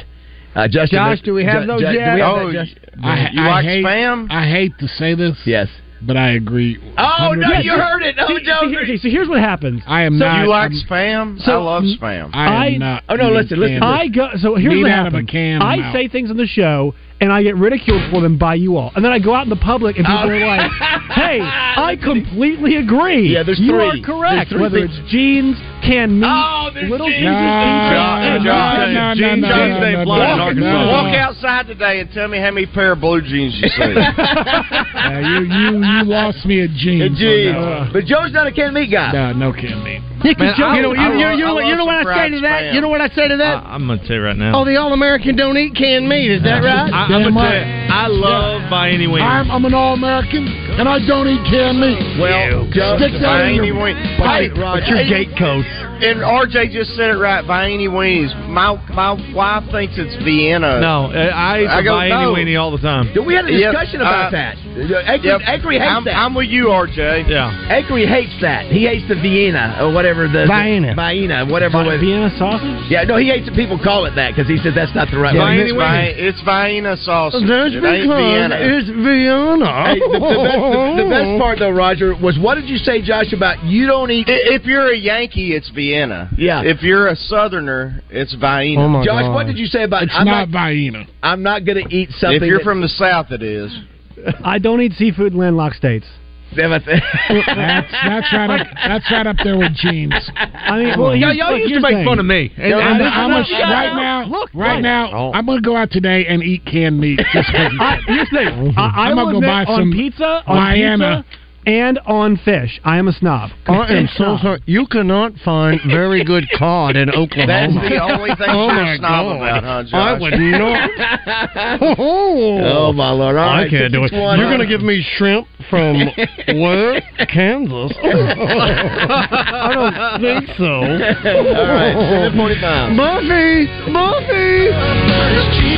S3: Uh, Justin,
S5: Josh, do we have those
S3: Ju- do
S5: yet?
S3: we have that,
S5: Oh,
S3: Justin?
S5: I,
S3: You
S5: I
S3: like
S5: hate, spam? I hate to say this.
S3: Yes.
S5: But I agree.
S3: Oh, no, you heard it. Oh,
S10: see, see, here- okay, so here's what happens.
S5: I am
S10: so
S5: not. I'm-
S4: spam?
S10: So-
S4: I love spam.
S5: I am not.
S10: oh,
S5: eating canned.
S10: I go. So here's
S5: Meat
S10: what
S5: out of
S10: happens.
S5: a can, I'm
S10: I
S5: out.
S10: say things on the show, and I get ridiculed for them by you all, and then I go out in the public, and people
S5: Oh.
S10: are
S5: *laughs*
S10: like, "Hey, I completely agree. Yeah,
S5: there's
S10: you
S5: three.
S10: are correct.
S5: There's three
S10: Whether
S5: things.
S10: it's jeans, canned meat, little
S5: Oh, jeans.
S10: Jesus,
S5: No,
S10: and-
S5: no, no,
S10: and-
S5: no,
S10: and-
S5: no,
S10: and-
S5: no,
S10: and-
S5: no, no,
S4: Fly in
S5: no,
S4: Arkansas.
S5: no, no.
S4: Walk outside today and tell me how many pair of blue jeans you
S5: *laughs*
S4: see.
S5: Yeah, you, you, you lost me at jeans.
S4: jeans.
S7: Uh,
S3: But Joe's not a canned meat guy.
S5: No, no canned meat.
S12: Yeah, 'cause
S5: Man,
S12: Joe-
S5: I-
S12: you know, you,
S5: I
S12: you,
S5: love-
S12: you know,
S5: I
S12: what-
S5: love
S12: you know what I
S5: some
S12: say to
S5: fried
S12: that?
S5: spam.
S12: You know what I say to that?
S7: I'm gonna tell you right now.
S12: oh, the All American don't eat canned meat. Is that right?
S7: I, am gonna tell you, I love by any means.
S5: I'm, I'm an all American, and I don't eat canned meat.
S4: Well,
S5: Stick that
S4: by
S5: in
S4: any
S5: your-
S4: wing- Hey,
S5: Hey, but your
S4: hey,
S5: gate
S12: code.
S4: And RJ just said it right. By any weenies. My my wife thinks it's
S3: Uh,
S4: Vienna.
S7: No, uh, I, I eat the
S4: go,
S7: by
S4: no.
S7: any weenie all the time.
S3: We had a
S4: Yep,
S3: discussion about
S4: uh,
S3: that. Acre,
S4: yep.
S3: Acre hates
S4: I'm,
S3: that.
S4: I'm with you, RJ.
S7: Yeah.
S3: Acree hates that. He hates the Vienna or whatever the
S4: Vienna.
S3: Vienna, whatever. it was.
S10: Vienna sausage.
S3: Yeah, no, he hates that people call it that because he says that's not the right
S4: By
S3: way.
S4: any weenies. It's Vienna sauce.
S3: That's
S4: it ain't
S3: because
S4: Vienna.
S3: it's
S12: Vienna.
S3: Hey, the, the best, the, the best part though, Roger, was what did you say, Josh? About you don't eat.
S4: If you're a Yankee, it's Vienna.
S3: Yeah.
S4: If you're a Southerner, it's Vienna.
S3: Josh, what did you say about?
S4: It's
S3: I'm
S4: not
S5: Vienna.
S3: I'm not going to eat something.
S4: If you're
S3: that-
S4: from the South, it is.
S10: I don't eat seafood in landlocked states.
S5: That's, that's right. Up, that's right up there with jeans.
S10: I mean, well, here's- look, here's the thing.
S5: And,
S10: I'm-
S5: and
S10: I'm
S5: I'm
S10: a-
S5: gonna- right now,
S10: look,
S5: right
S10: look.
S5: now, I'm gonna go out today and eat canned meat. Just for
S10: *laughs*
S5: you.
S10: I, here's the thing. I, I
S5: *laughs* I'm
S10: will
S5: gonna go
S10: admit,
S5: buy
S10: on
S5: some
S10: pizza, on
S5: Vienna.
S10: pizza, and on fish. I am a snob.
S12: I am so
S10: Snob.
S12: sorry. You cannot find very good
S4: *laughs*
S10: *laughs*
S12: cod in Oklahoma.
S10: That's the
S4: only
S21: *laughs*
S4: thing
S12: oh
S4: you're
S12: my
S4: snob
S12: God.
S4: about, huh, Josh?
S12: I would not.
S4: *laughs*
S10: *laughs*
S12: oh,
S3: Oh, my Lord. All
S12: I
S3: right,
S12: can't do it.
S3: 661.
S12: You're going to give me shrimp
S3: *laughs*
S12: from where? Kansas. *laughs* I don't think so.
S3: All right, 745.
S12: Buffy, Buffy.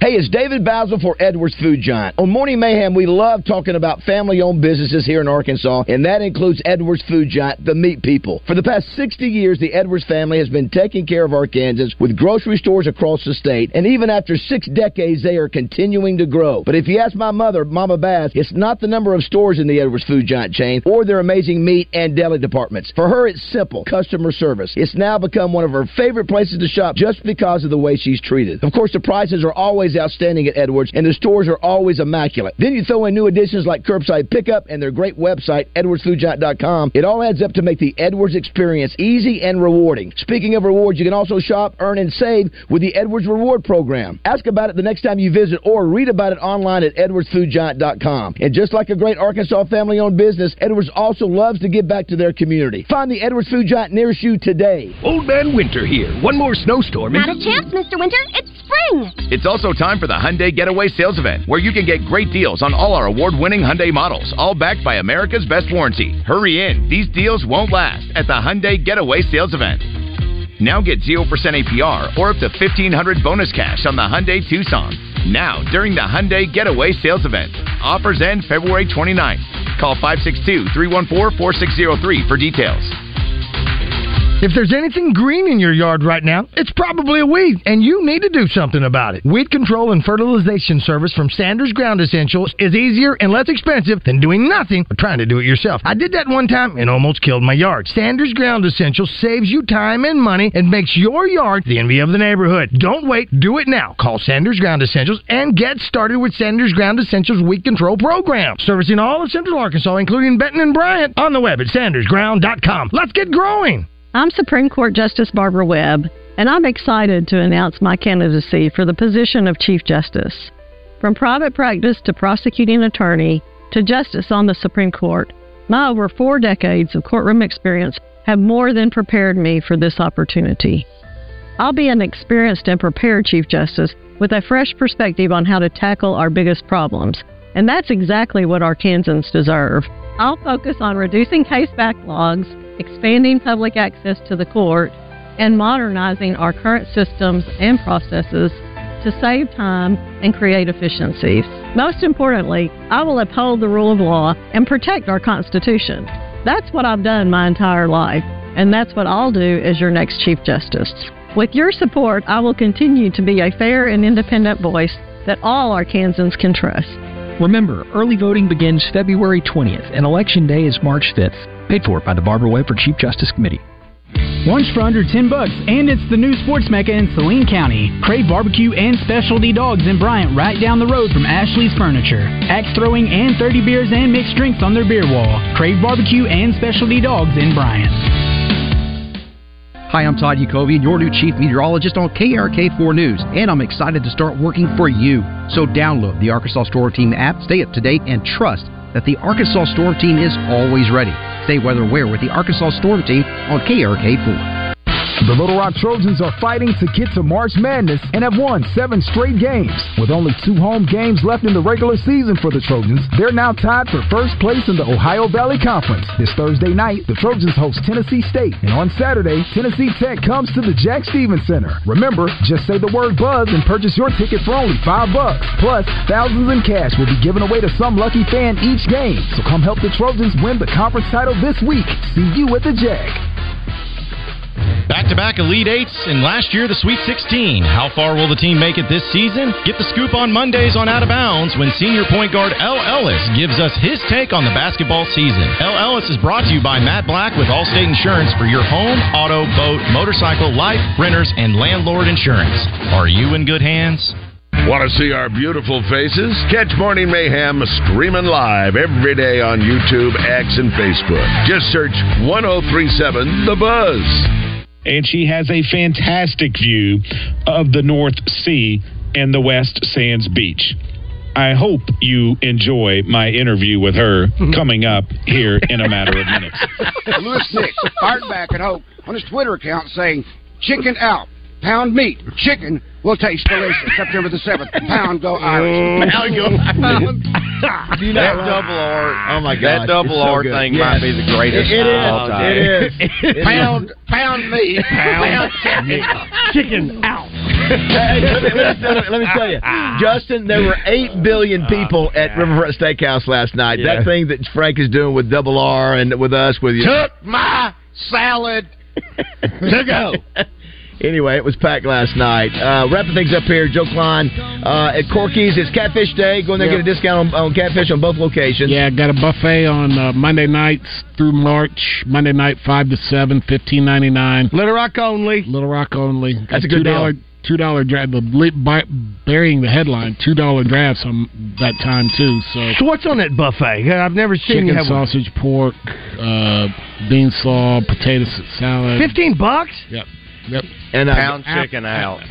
S3: Hey, it's David Basil for Edwards Food Giant. On Morning Mayhem, we love talking about family owned businesses here in Arkansas, and that includes Edwards Food Giant, the meat people. For the past 60 years, the Edwards family has been taking care of Arkansans with grocery stores across the state, and even after six decades, they are continuing to grow. But if you ask my mother, Mama Bass, it's not the number of stores in the Edwards Food Giant chain or their amazing meat and deli departments. For her, it's simple customer service. It's now become one of her favorite places to shop just because of the way she's treated. Of course, the prices are always outstanding at Edwards, and the stores are always immaculate. Then you throw in new additions like curbside pickup and their great website, edwardsfoodgiant.com. It all adds up to make the Edwards experience easy and rewarding. Speaking of rewards, you can also shop, earn, and save with the Edwards Reward Program. Ask about it the next time you visit or read about it online at edwardsfoodgiant.com. And just like a great Arkansas family owned business, Edwards also loves to give back to their community. Find the Edwards Food Giant nearest you today.
S20: Old Man Winter here. One more snowstorm.
S23: Not a chance, Mr. Winter. It's spring.
S20: It's also time for the Hyundai Getaway Sales Event, where you can get great deals on all our award-winning Hyundai models, all backed by America's best warranty. Hurry in; these deals won't last at the Hyundai Getaway Sales Event. Now get 0% APR or up to 1500 bonus cash on the Hyundai Tucson. Now, during the Hyundai Getaway Sales Event.
S24: Offers end February 29th. Call 562-314-4603 for details.
S4: If there's anything green in your yard right now, it's probably a weed, and you need to do something about it. Weed control and fertilization service from Sanders Ground Essentials is easier and less expensive than doing nothing or trying to do it yourself. I did that one time and almost killed my yard. Sanders Ground Essentials saves you time and money and makes your yard the envy of the neighborhood. Don't wait, do it now. Call Sanders Ground Essentials and get started with Sanders Ground Essentials Weed Control Program, servicing all of Central Arkansas, including Benton and Bryant, on the web at sandersground.com. Let's get growing.
S25: I'm Supreme Court Justice Barbara Webb, and I'm excited to announce my candidacy for the position of Chief Justice. From private practice to prosecuting attorney to justice on the Supreme Court, my over four decades of courtroom experience have more than prepared me for this opportunity. I'll be an experienced and prepared Chief Justice with a fresh perspective on how to tackle our biggest problems. And that's exactly what Arkansans deserve. I'll focus on reducing case backlogs, expanding public access to the court, and modernizing our current systems and processes to save time and create efficiencies. Most importantly, I will uphold the rule of law and protect our Constitution. That's what I've done my entire life, and that's what I'll do as your next Chief Justice. With your support, I will continue to be a fair and independent voice that all Arkansans can trust.
S14: Remember, early voting begins February 20th and Election Day is March 5th. Paid for by the Barbara Wade for Chief Justice Committee.
S26: Lunch for under 10 bucks, and it's the new sports mecca in Saline County. Crave barbecue and specialty dogs in Bryant right down the road from Ashley's Furniture. Axe throwing and 30 beers and mixed drinks on their beer wall. Crave barbecue and specialty dogs in Bryant.
S27: Hi, I'm Todd Yakovian, your new chief meteorologist on KRK4 News, and I'm excited to start working for you. So download the Arkansas Store Team app, stay up to date, and trust that the Arkansas Store Team is always ready. Stay weather aware with the Arkansas Storm Team on KRK4.
S28: The Little Rock Trojans are fighting to get to March Madness and have won seven straight games. With only two home games left in the regular season for the Trojans, they're now tied for first place in the Ohio Valley Conference. This Thursday night, the Trojans host Tennessee State, and on Saturday, Tennessee Tech comes to the Jack Stevens Center. Remember, just say the word Buzz and purchase your ticket for only five bucks. Plus, thousands in cash will be given away to some lucky fan each game. So come help the Trojans win the conference title this week. See you at the Jack.
S20: Back to back Elite Eights and last year the Sweet 16. How far will the team make it this season? Get the scoop on Mondays on Out of Bounds when senior point guard L. Ellis gives us his take on the basketball season. L. Ellis is brought to you by Matt Black with Allstate Insurance for your home, auto, boat, motorcycle, life, renters, and landlord insurance. Are you in good hands?
S1: Want to see our beautiful faces? Catch Morning Mayhem streaming live every day on YouTube, X, and Facebook. Just search 1037 The Buzz.
S18: and she has a fantastic view of the North Sea and the West Sands Beach. I hope you enjoy my interview with her coming up here in a matter of minutes.
S16: *laughs* Lewis Nix, hardback at Hope, on his Twitter account saying, Chicken out. Pound meat. Chicken will taste delicious. September the 7th. Pound go Irish.
S3: Pound
S16: *laughs* go
S3: You know-
S13: that double R.
S3: Oh my
S13: That
S3: God,
S13: double
S3: it's so
S13: R
S3: good.
S13: thing
S3: Yes.
S13: might be the greatest.
S3: It- it
S13: of
S3: is.
S13: all time. *laughs*
S3: It is.
S16: Pound, pound meat.
S4: *laughs*
S3: Pound
S16: chicken.
S3: Chicken out. Hey, let, me, let, me, let me- let me tell you, Justin, there were 8 billion people at Riverfront Steakhouse last night.
S16: Yeah.
S3: That thing that Frank is doing with Double R and with us,
S13: *laughs*
S3: with you.
S16: Took my salad to
S5: *laughs*
S16: go.
S3: Anyway, it was packed last night. Uh, wrapping things up here, Joe Klein uh, at Corky's. It's Catfish Day. Go in there and get a discount on, on catfish on both locations.
S5: Yeah, got a buffet on uh, Monday nights through March. Monday night five to seven, fifteen ninety nine.
S4: Little Rock only.
S5: Little Rock only.
S3: That's a good
S5: dollar
S3: deal.
S5: two dollar draft. The li- by, burying the headline, two dollar drafts on that time too. So
S4: So what's on that buffet? I've never seen you
S5: chicken
S4: have one.
S5: sausage, pork, uh, bean slaw, potato s- salad.
S4: Fifteen bucks.
S5: Yep. Yep.
S3: And
S5: uh,
S13: Pound
S5: app-
S13: chicken out.
S4: *laughs*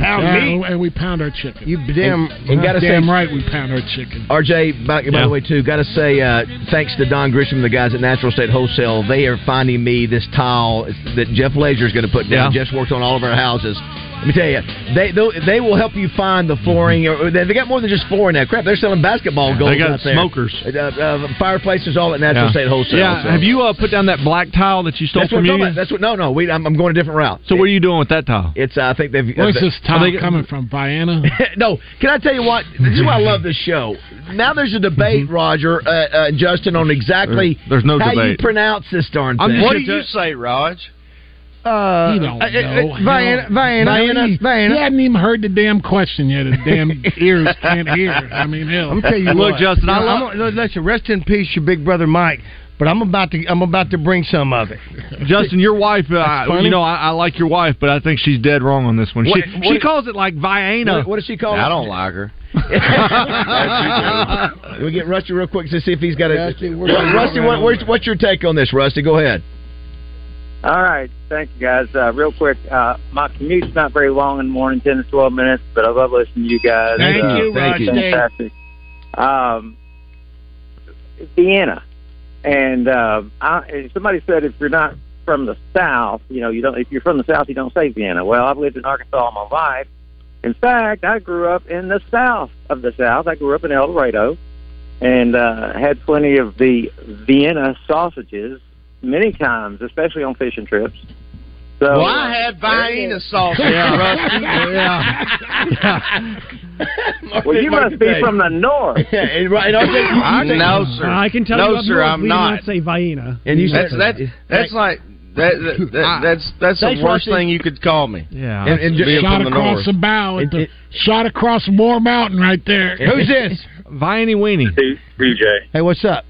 S3: Pound
S5: yeah, and we pound our chicken. You
S3: damn- you gotta say-
S5: damn right we pound our chicken.
S3: RJ, by, by the way, too, got to say uh, thanks to Don Grisham, the guys at Natural State Wholesale. They are finding me this tile that Jeff Laser is going to put down. Jeff's worked on all of our houses. Let me tell you, they they'll- they will help you find the flooring. Or they they got more than just flooring now. Crap, they're selling basketball goals.
S7: They got
S3: out there.
S7: smokers.
S3: uh, uh, fireplaces, all at Natural
S7: Yeah.
S3: State Wholesale.
S7: Yeah,
S3: so.
S7: have you uh, put down that black tile that you stole
S3: That's what
S7: from
S3: I'm
S7: you?
S3: talking about. That's what. No, no. We, I'm, I'm going a different route.
S7: So what are you doing with that tile?
S3: It's. I think they've.
S5: Where's
S3: uh,
S5: this tile
S3: they-
S5: coming from? Vienna?
S3: *laughs* no, can I tell you what? This is why I love this show. Now there's
S5: Mhm.
S3: a debate, Roger uh, uh, and Justin, on exactly
S7: There- there's no
S3: how you
S7: debate.
S3: pronounce this darn thing.
S21: I'm just What gonna do tell- you say, Raj?
S4: Uh,
S5: you don't
S4: uh, uh,
S5: know.
S4: uh, Vienna- Vienna,
S5: He,
S4: Vienna.
S5: he hadn't even heard the damn question yet. His
S4: *laughs*
S5: damn ears can't hear. I mean, hell.
S4: I'm tell you what. No, I'm gonna- no, listen, rest in peace, your big brother Mike. But I'm about to I'm about to bring some of it.
S7: Justin, your wife, uh,
S4: funny.
S7: you know, I, I like your wife, but I think she's dead wrong on this one.
S4: What-
S7: she,
S4: what-
S7: she calls it like Viana.
S3: What- what does she call
S7: I
S3: it?
S7: don't
S21: like her.
S5: *laughs*
S3: we get Rusty real quick to see if he's got a.
S21: Rusty,
S3: Rusty,
S21: we're-
S3: what, where's, what's your take on this, Rusty? Go ahead.
S11: All right, thank you guys. Uh, real quick, uh, my commute's not very long in the morning, ten to twelve minutes, but I love listening to you guys.
S9: Thank
S11: uh,
S9: you,
S11: it's
S9: Roger.
S11: Fantastic. Um, Vienna, and uh, I, and somebody said if you're not from the South, you know, you don't. If you're from the South, you don't say Vienna. Well, I've lived in Arkansas all my life. In fact, I grew up in the South of the South. I grew up in El Dorado, and uh, had plenty of the Vienna sausages many times, especially on fishing trips. So uh,
S21: well, I had Vienna sausage,
S11: *laughs* Yeah.
S21: Rusty.
S9: *laughs*
S11: Well, you must be from the north.
S21: *laughs* no, sir.
S10: I can tell
S21: no,
S10: you up
S21: sir,
S10: north,
S21: I'm
S10: we
S21: not.
S10: Do not say Vienna.
S21: that's that's, that's like that, *laughs* that, that that's that's
S10: Thanks,
S21: the worst
S10: Rusty.
S21: thing you could call me.
S7: Yeah,
S21: and, and just
S5: shot
S21: from the
S5: across
S21: north.
S5: the bow, at the, shot across Moore Mountain right
S7: *laughs*
S5: there.
S4: Who's this?
S7: Viney Weenie.
S9: BJ.
S4: Hey, what's up?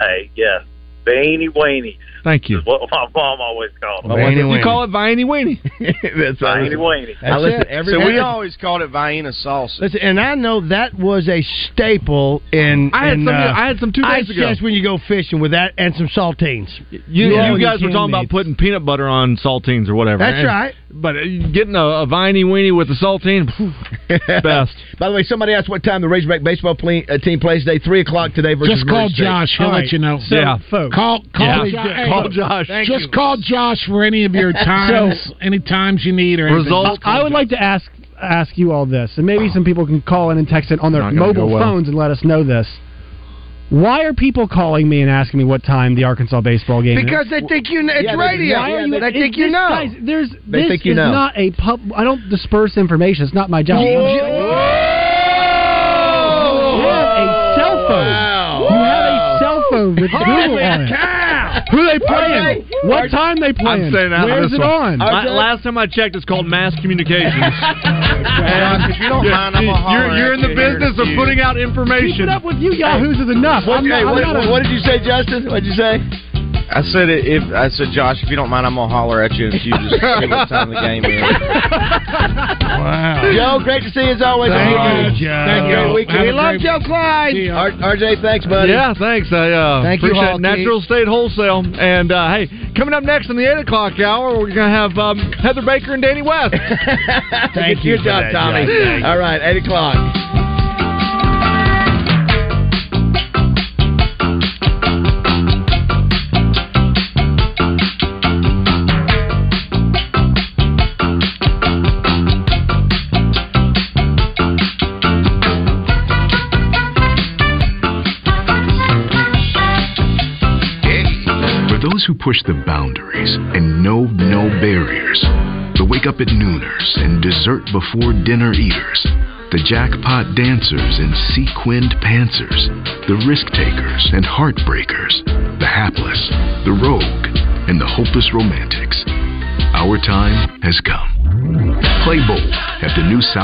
S9: Hey, yeah. Beanie Weenie.
S7: Thank you.
S9: What my mom always called
S7: Well,
S9: it.
S7: You call it Viney Weenie.
S3: that's
S9: Beanie Weenie.
S4: That's it.
S21: so we
S4: Every-
S21: always called it Vienna sausage.
S4: Listen, and I know that was a staple in.
S21: I had
S4: in,
S21: some-
S4: uh,
S21: I had some two
S4: ice
S21: days ago.
S4: chest when you go fishing with that and some saltines.
S7: You,
S4: Yeah.
S7: you guys were
S4: can
S7: talking
S4: be.
S7: about putting peanut butter on saltines or whatever.
S4: That's
S7: And-
S4: right.
S7: But uh, getting a, a viney weenie with a saltine, best.
S3: *laughs* By the way, somebody asked what time the Razorback baseball ple- uh, team plays today. Three o'clock today versus.
S5: Just call
S3: Murray State.
S5: Josh. He'll let you know.
S3: So, folks-
S5: Call, call,
S3: Yeah.
S5: Josh. Hey,
S3: Call
S5: look,
S3: Josh. Thank
S5: Just
S3: you.
S5: call Josh for any of your times, any times you need or anything. Just call
S10: I would like to ask ask you all this, and maybe some people can call in and text it on their
S5: Not gonna
S10: mobile
S5: go well.
S10: phones and let us know this. Why are people calling me and asking me what time the Arkansas baseball game is?
S4: Because they think you. It's
S10: Yeah, they-
S4: radio.
S10: why are
S4: they
S10: you-
S4: think
S10: it-
S4: you
S10: this
S4: know.
S10: guy's- there's
S4: They
S10: this
S4: think you
S10: is
S4: know.
S10: not a pub. I don't disperse information. It's not my job.
S7: Oh,
S10: You have a cell phone. You have a cell phone with Google on it. Who they playing? What time they playing?
S7: I'm saying that.
S10: Where's
S7: this
S10: it
S7: one.
S10: on?
S7: La- last time I checked, it's called mass
S10: *laughs*
S7: communications.
S21: Josh, if you don't mind, I'm gonna holler
S7: you're, you're in
S21: at
S7: the
S21: you here in a
S7: business of
S21: few.
S7: putting out
S10: Keep it
S7: information.
S10: up with you yahoos is enough.
S3: What,
S10: I'm not-
S3: hey,
S10: I'm
S3: what,
S10: not a-
S3: what did you say, Justin? What did you say?
S21: I said it, if I said Josh, if you don't mind, I'm gonna holler at you if you
S4: *laughs*
S21: just see what time the game is.
S3: *laughs* Joe, great to see you as always.
S21: Thank
S3: Have a
S21: you,
S3: good-
S21: Joe.
S3: have a
S21: Thank
S3: great
S21: you.
S3: weekend.
S21: Have a
S3: We love
S21: great-
S3: Joe Clyde. R- RJ, thanks, buddy.
S7: Yeah, thanks. I uh,
S3: Thank you,
S7: appreciate
S3: Hawkeye.
S7: Natural State Wholesale. And uh, hey, coming up next in the eight o'clock hour, we're gonna have um, Heather Baker and Danny
S21: *laughs*
S7: West.
S3: Thank Good you for job, that, Tommy. Josh. Thank you. All right, eight o'clock.
S12: For those who push the boundaries and know no barriers, the wake up at nooners and dessert before dinner eaters, the jackpot dancers and sequined pantsers, the risk takers and heartbreakers, the hapless, the rogue, and the hopeless romantics. Our time has come. Play bold at the new South.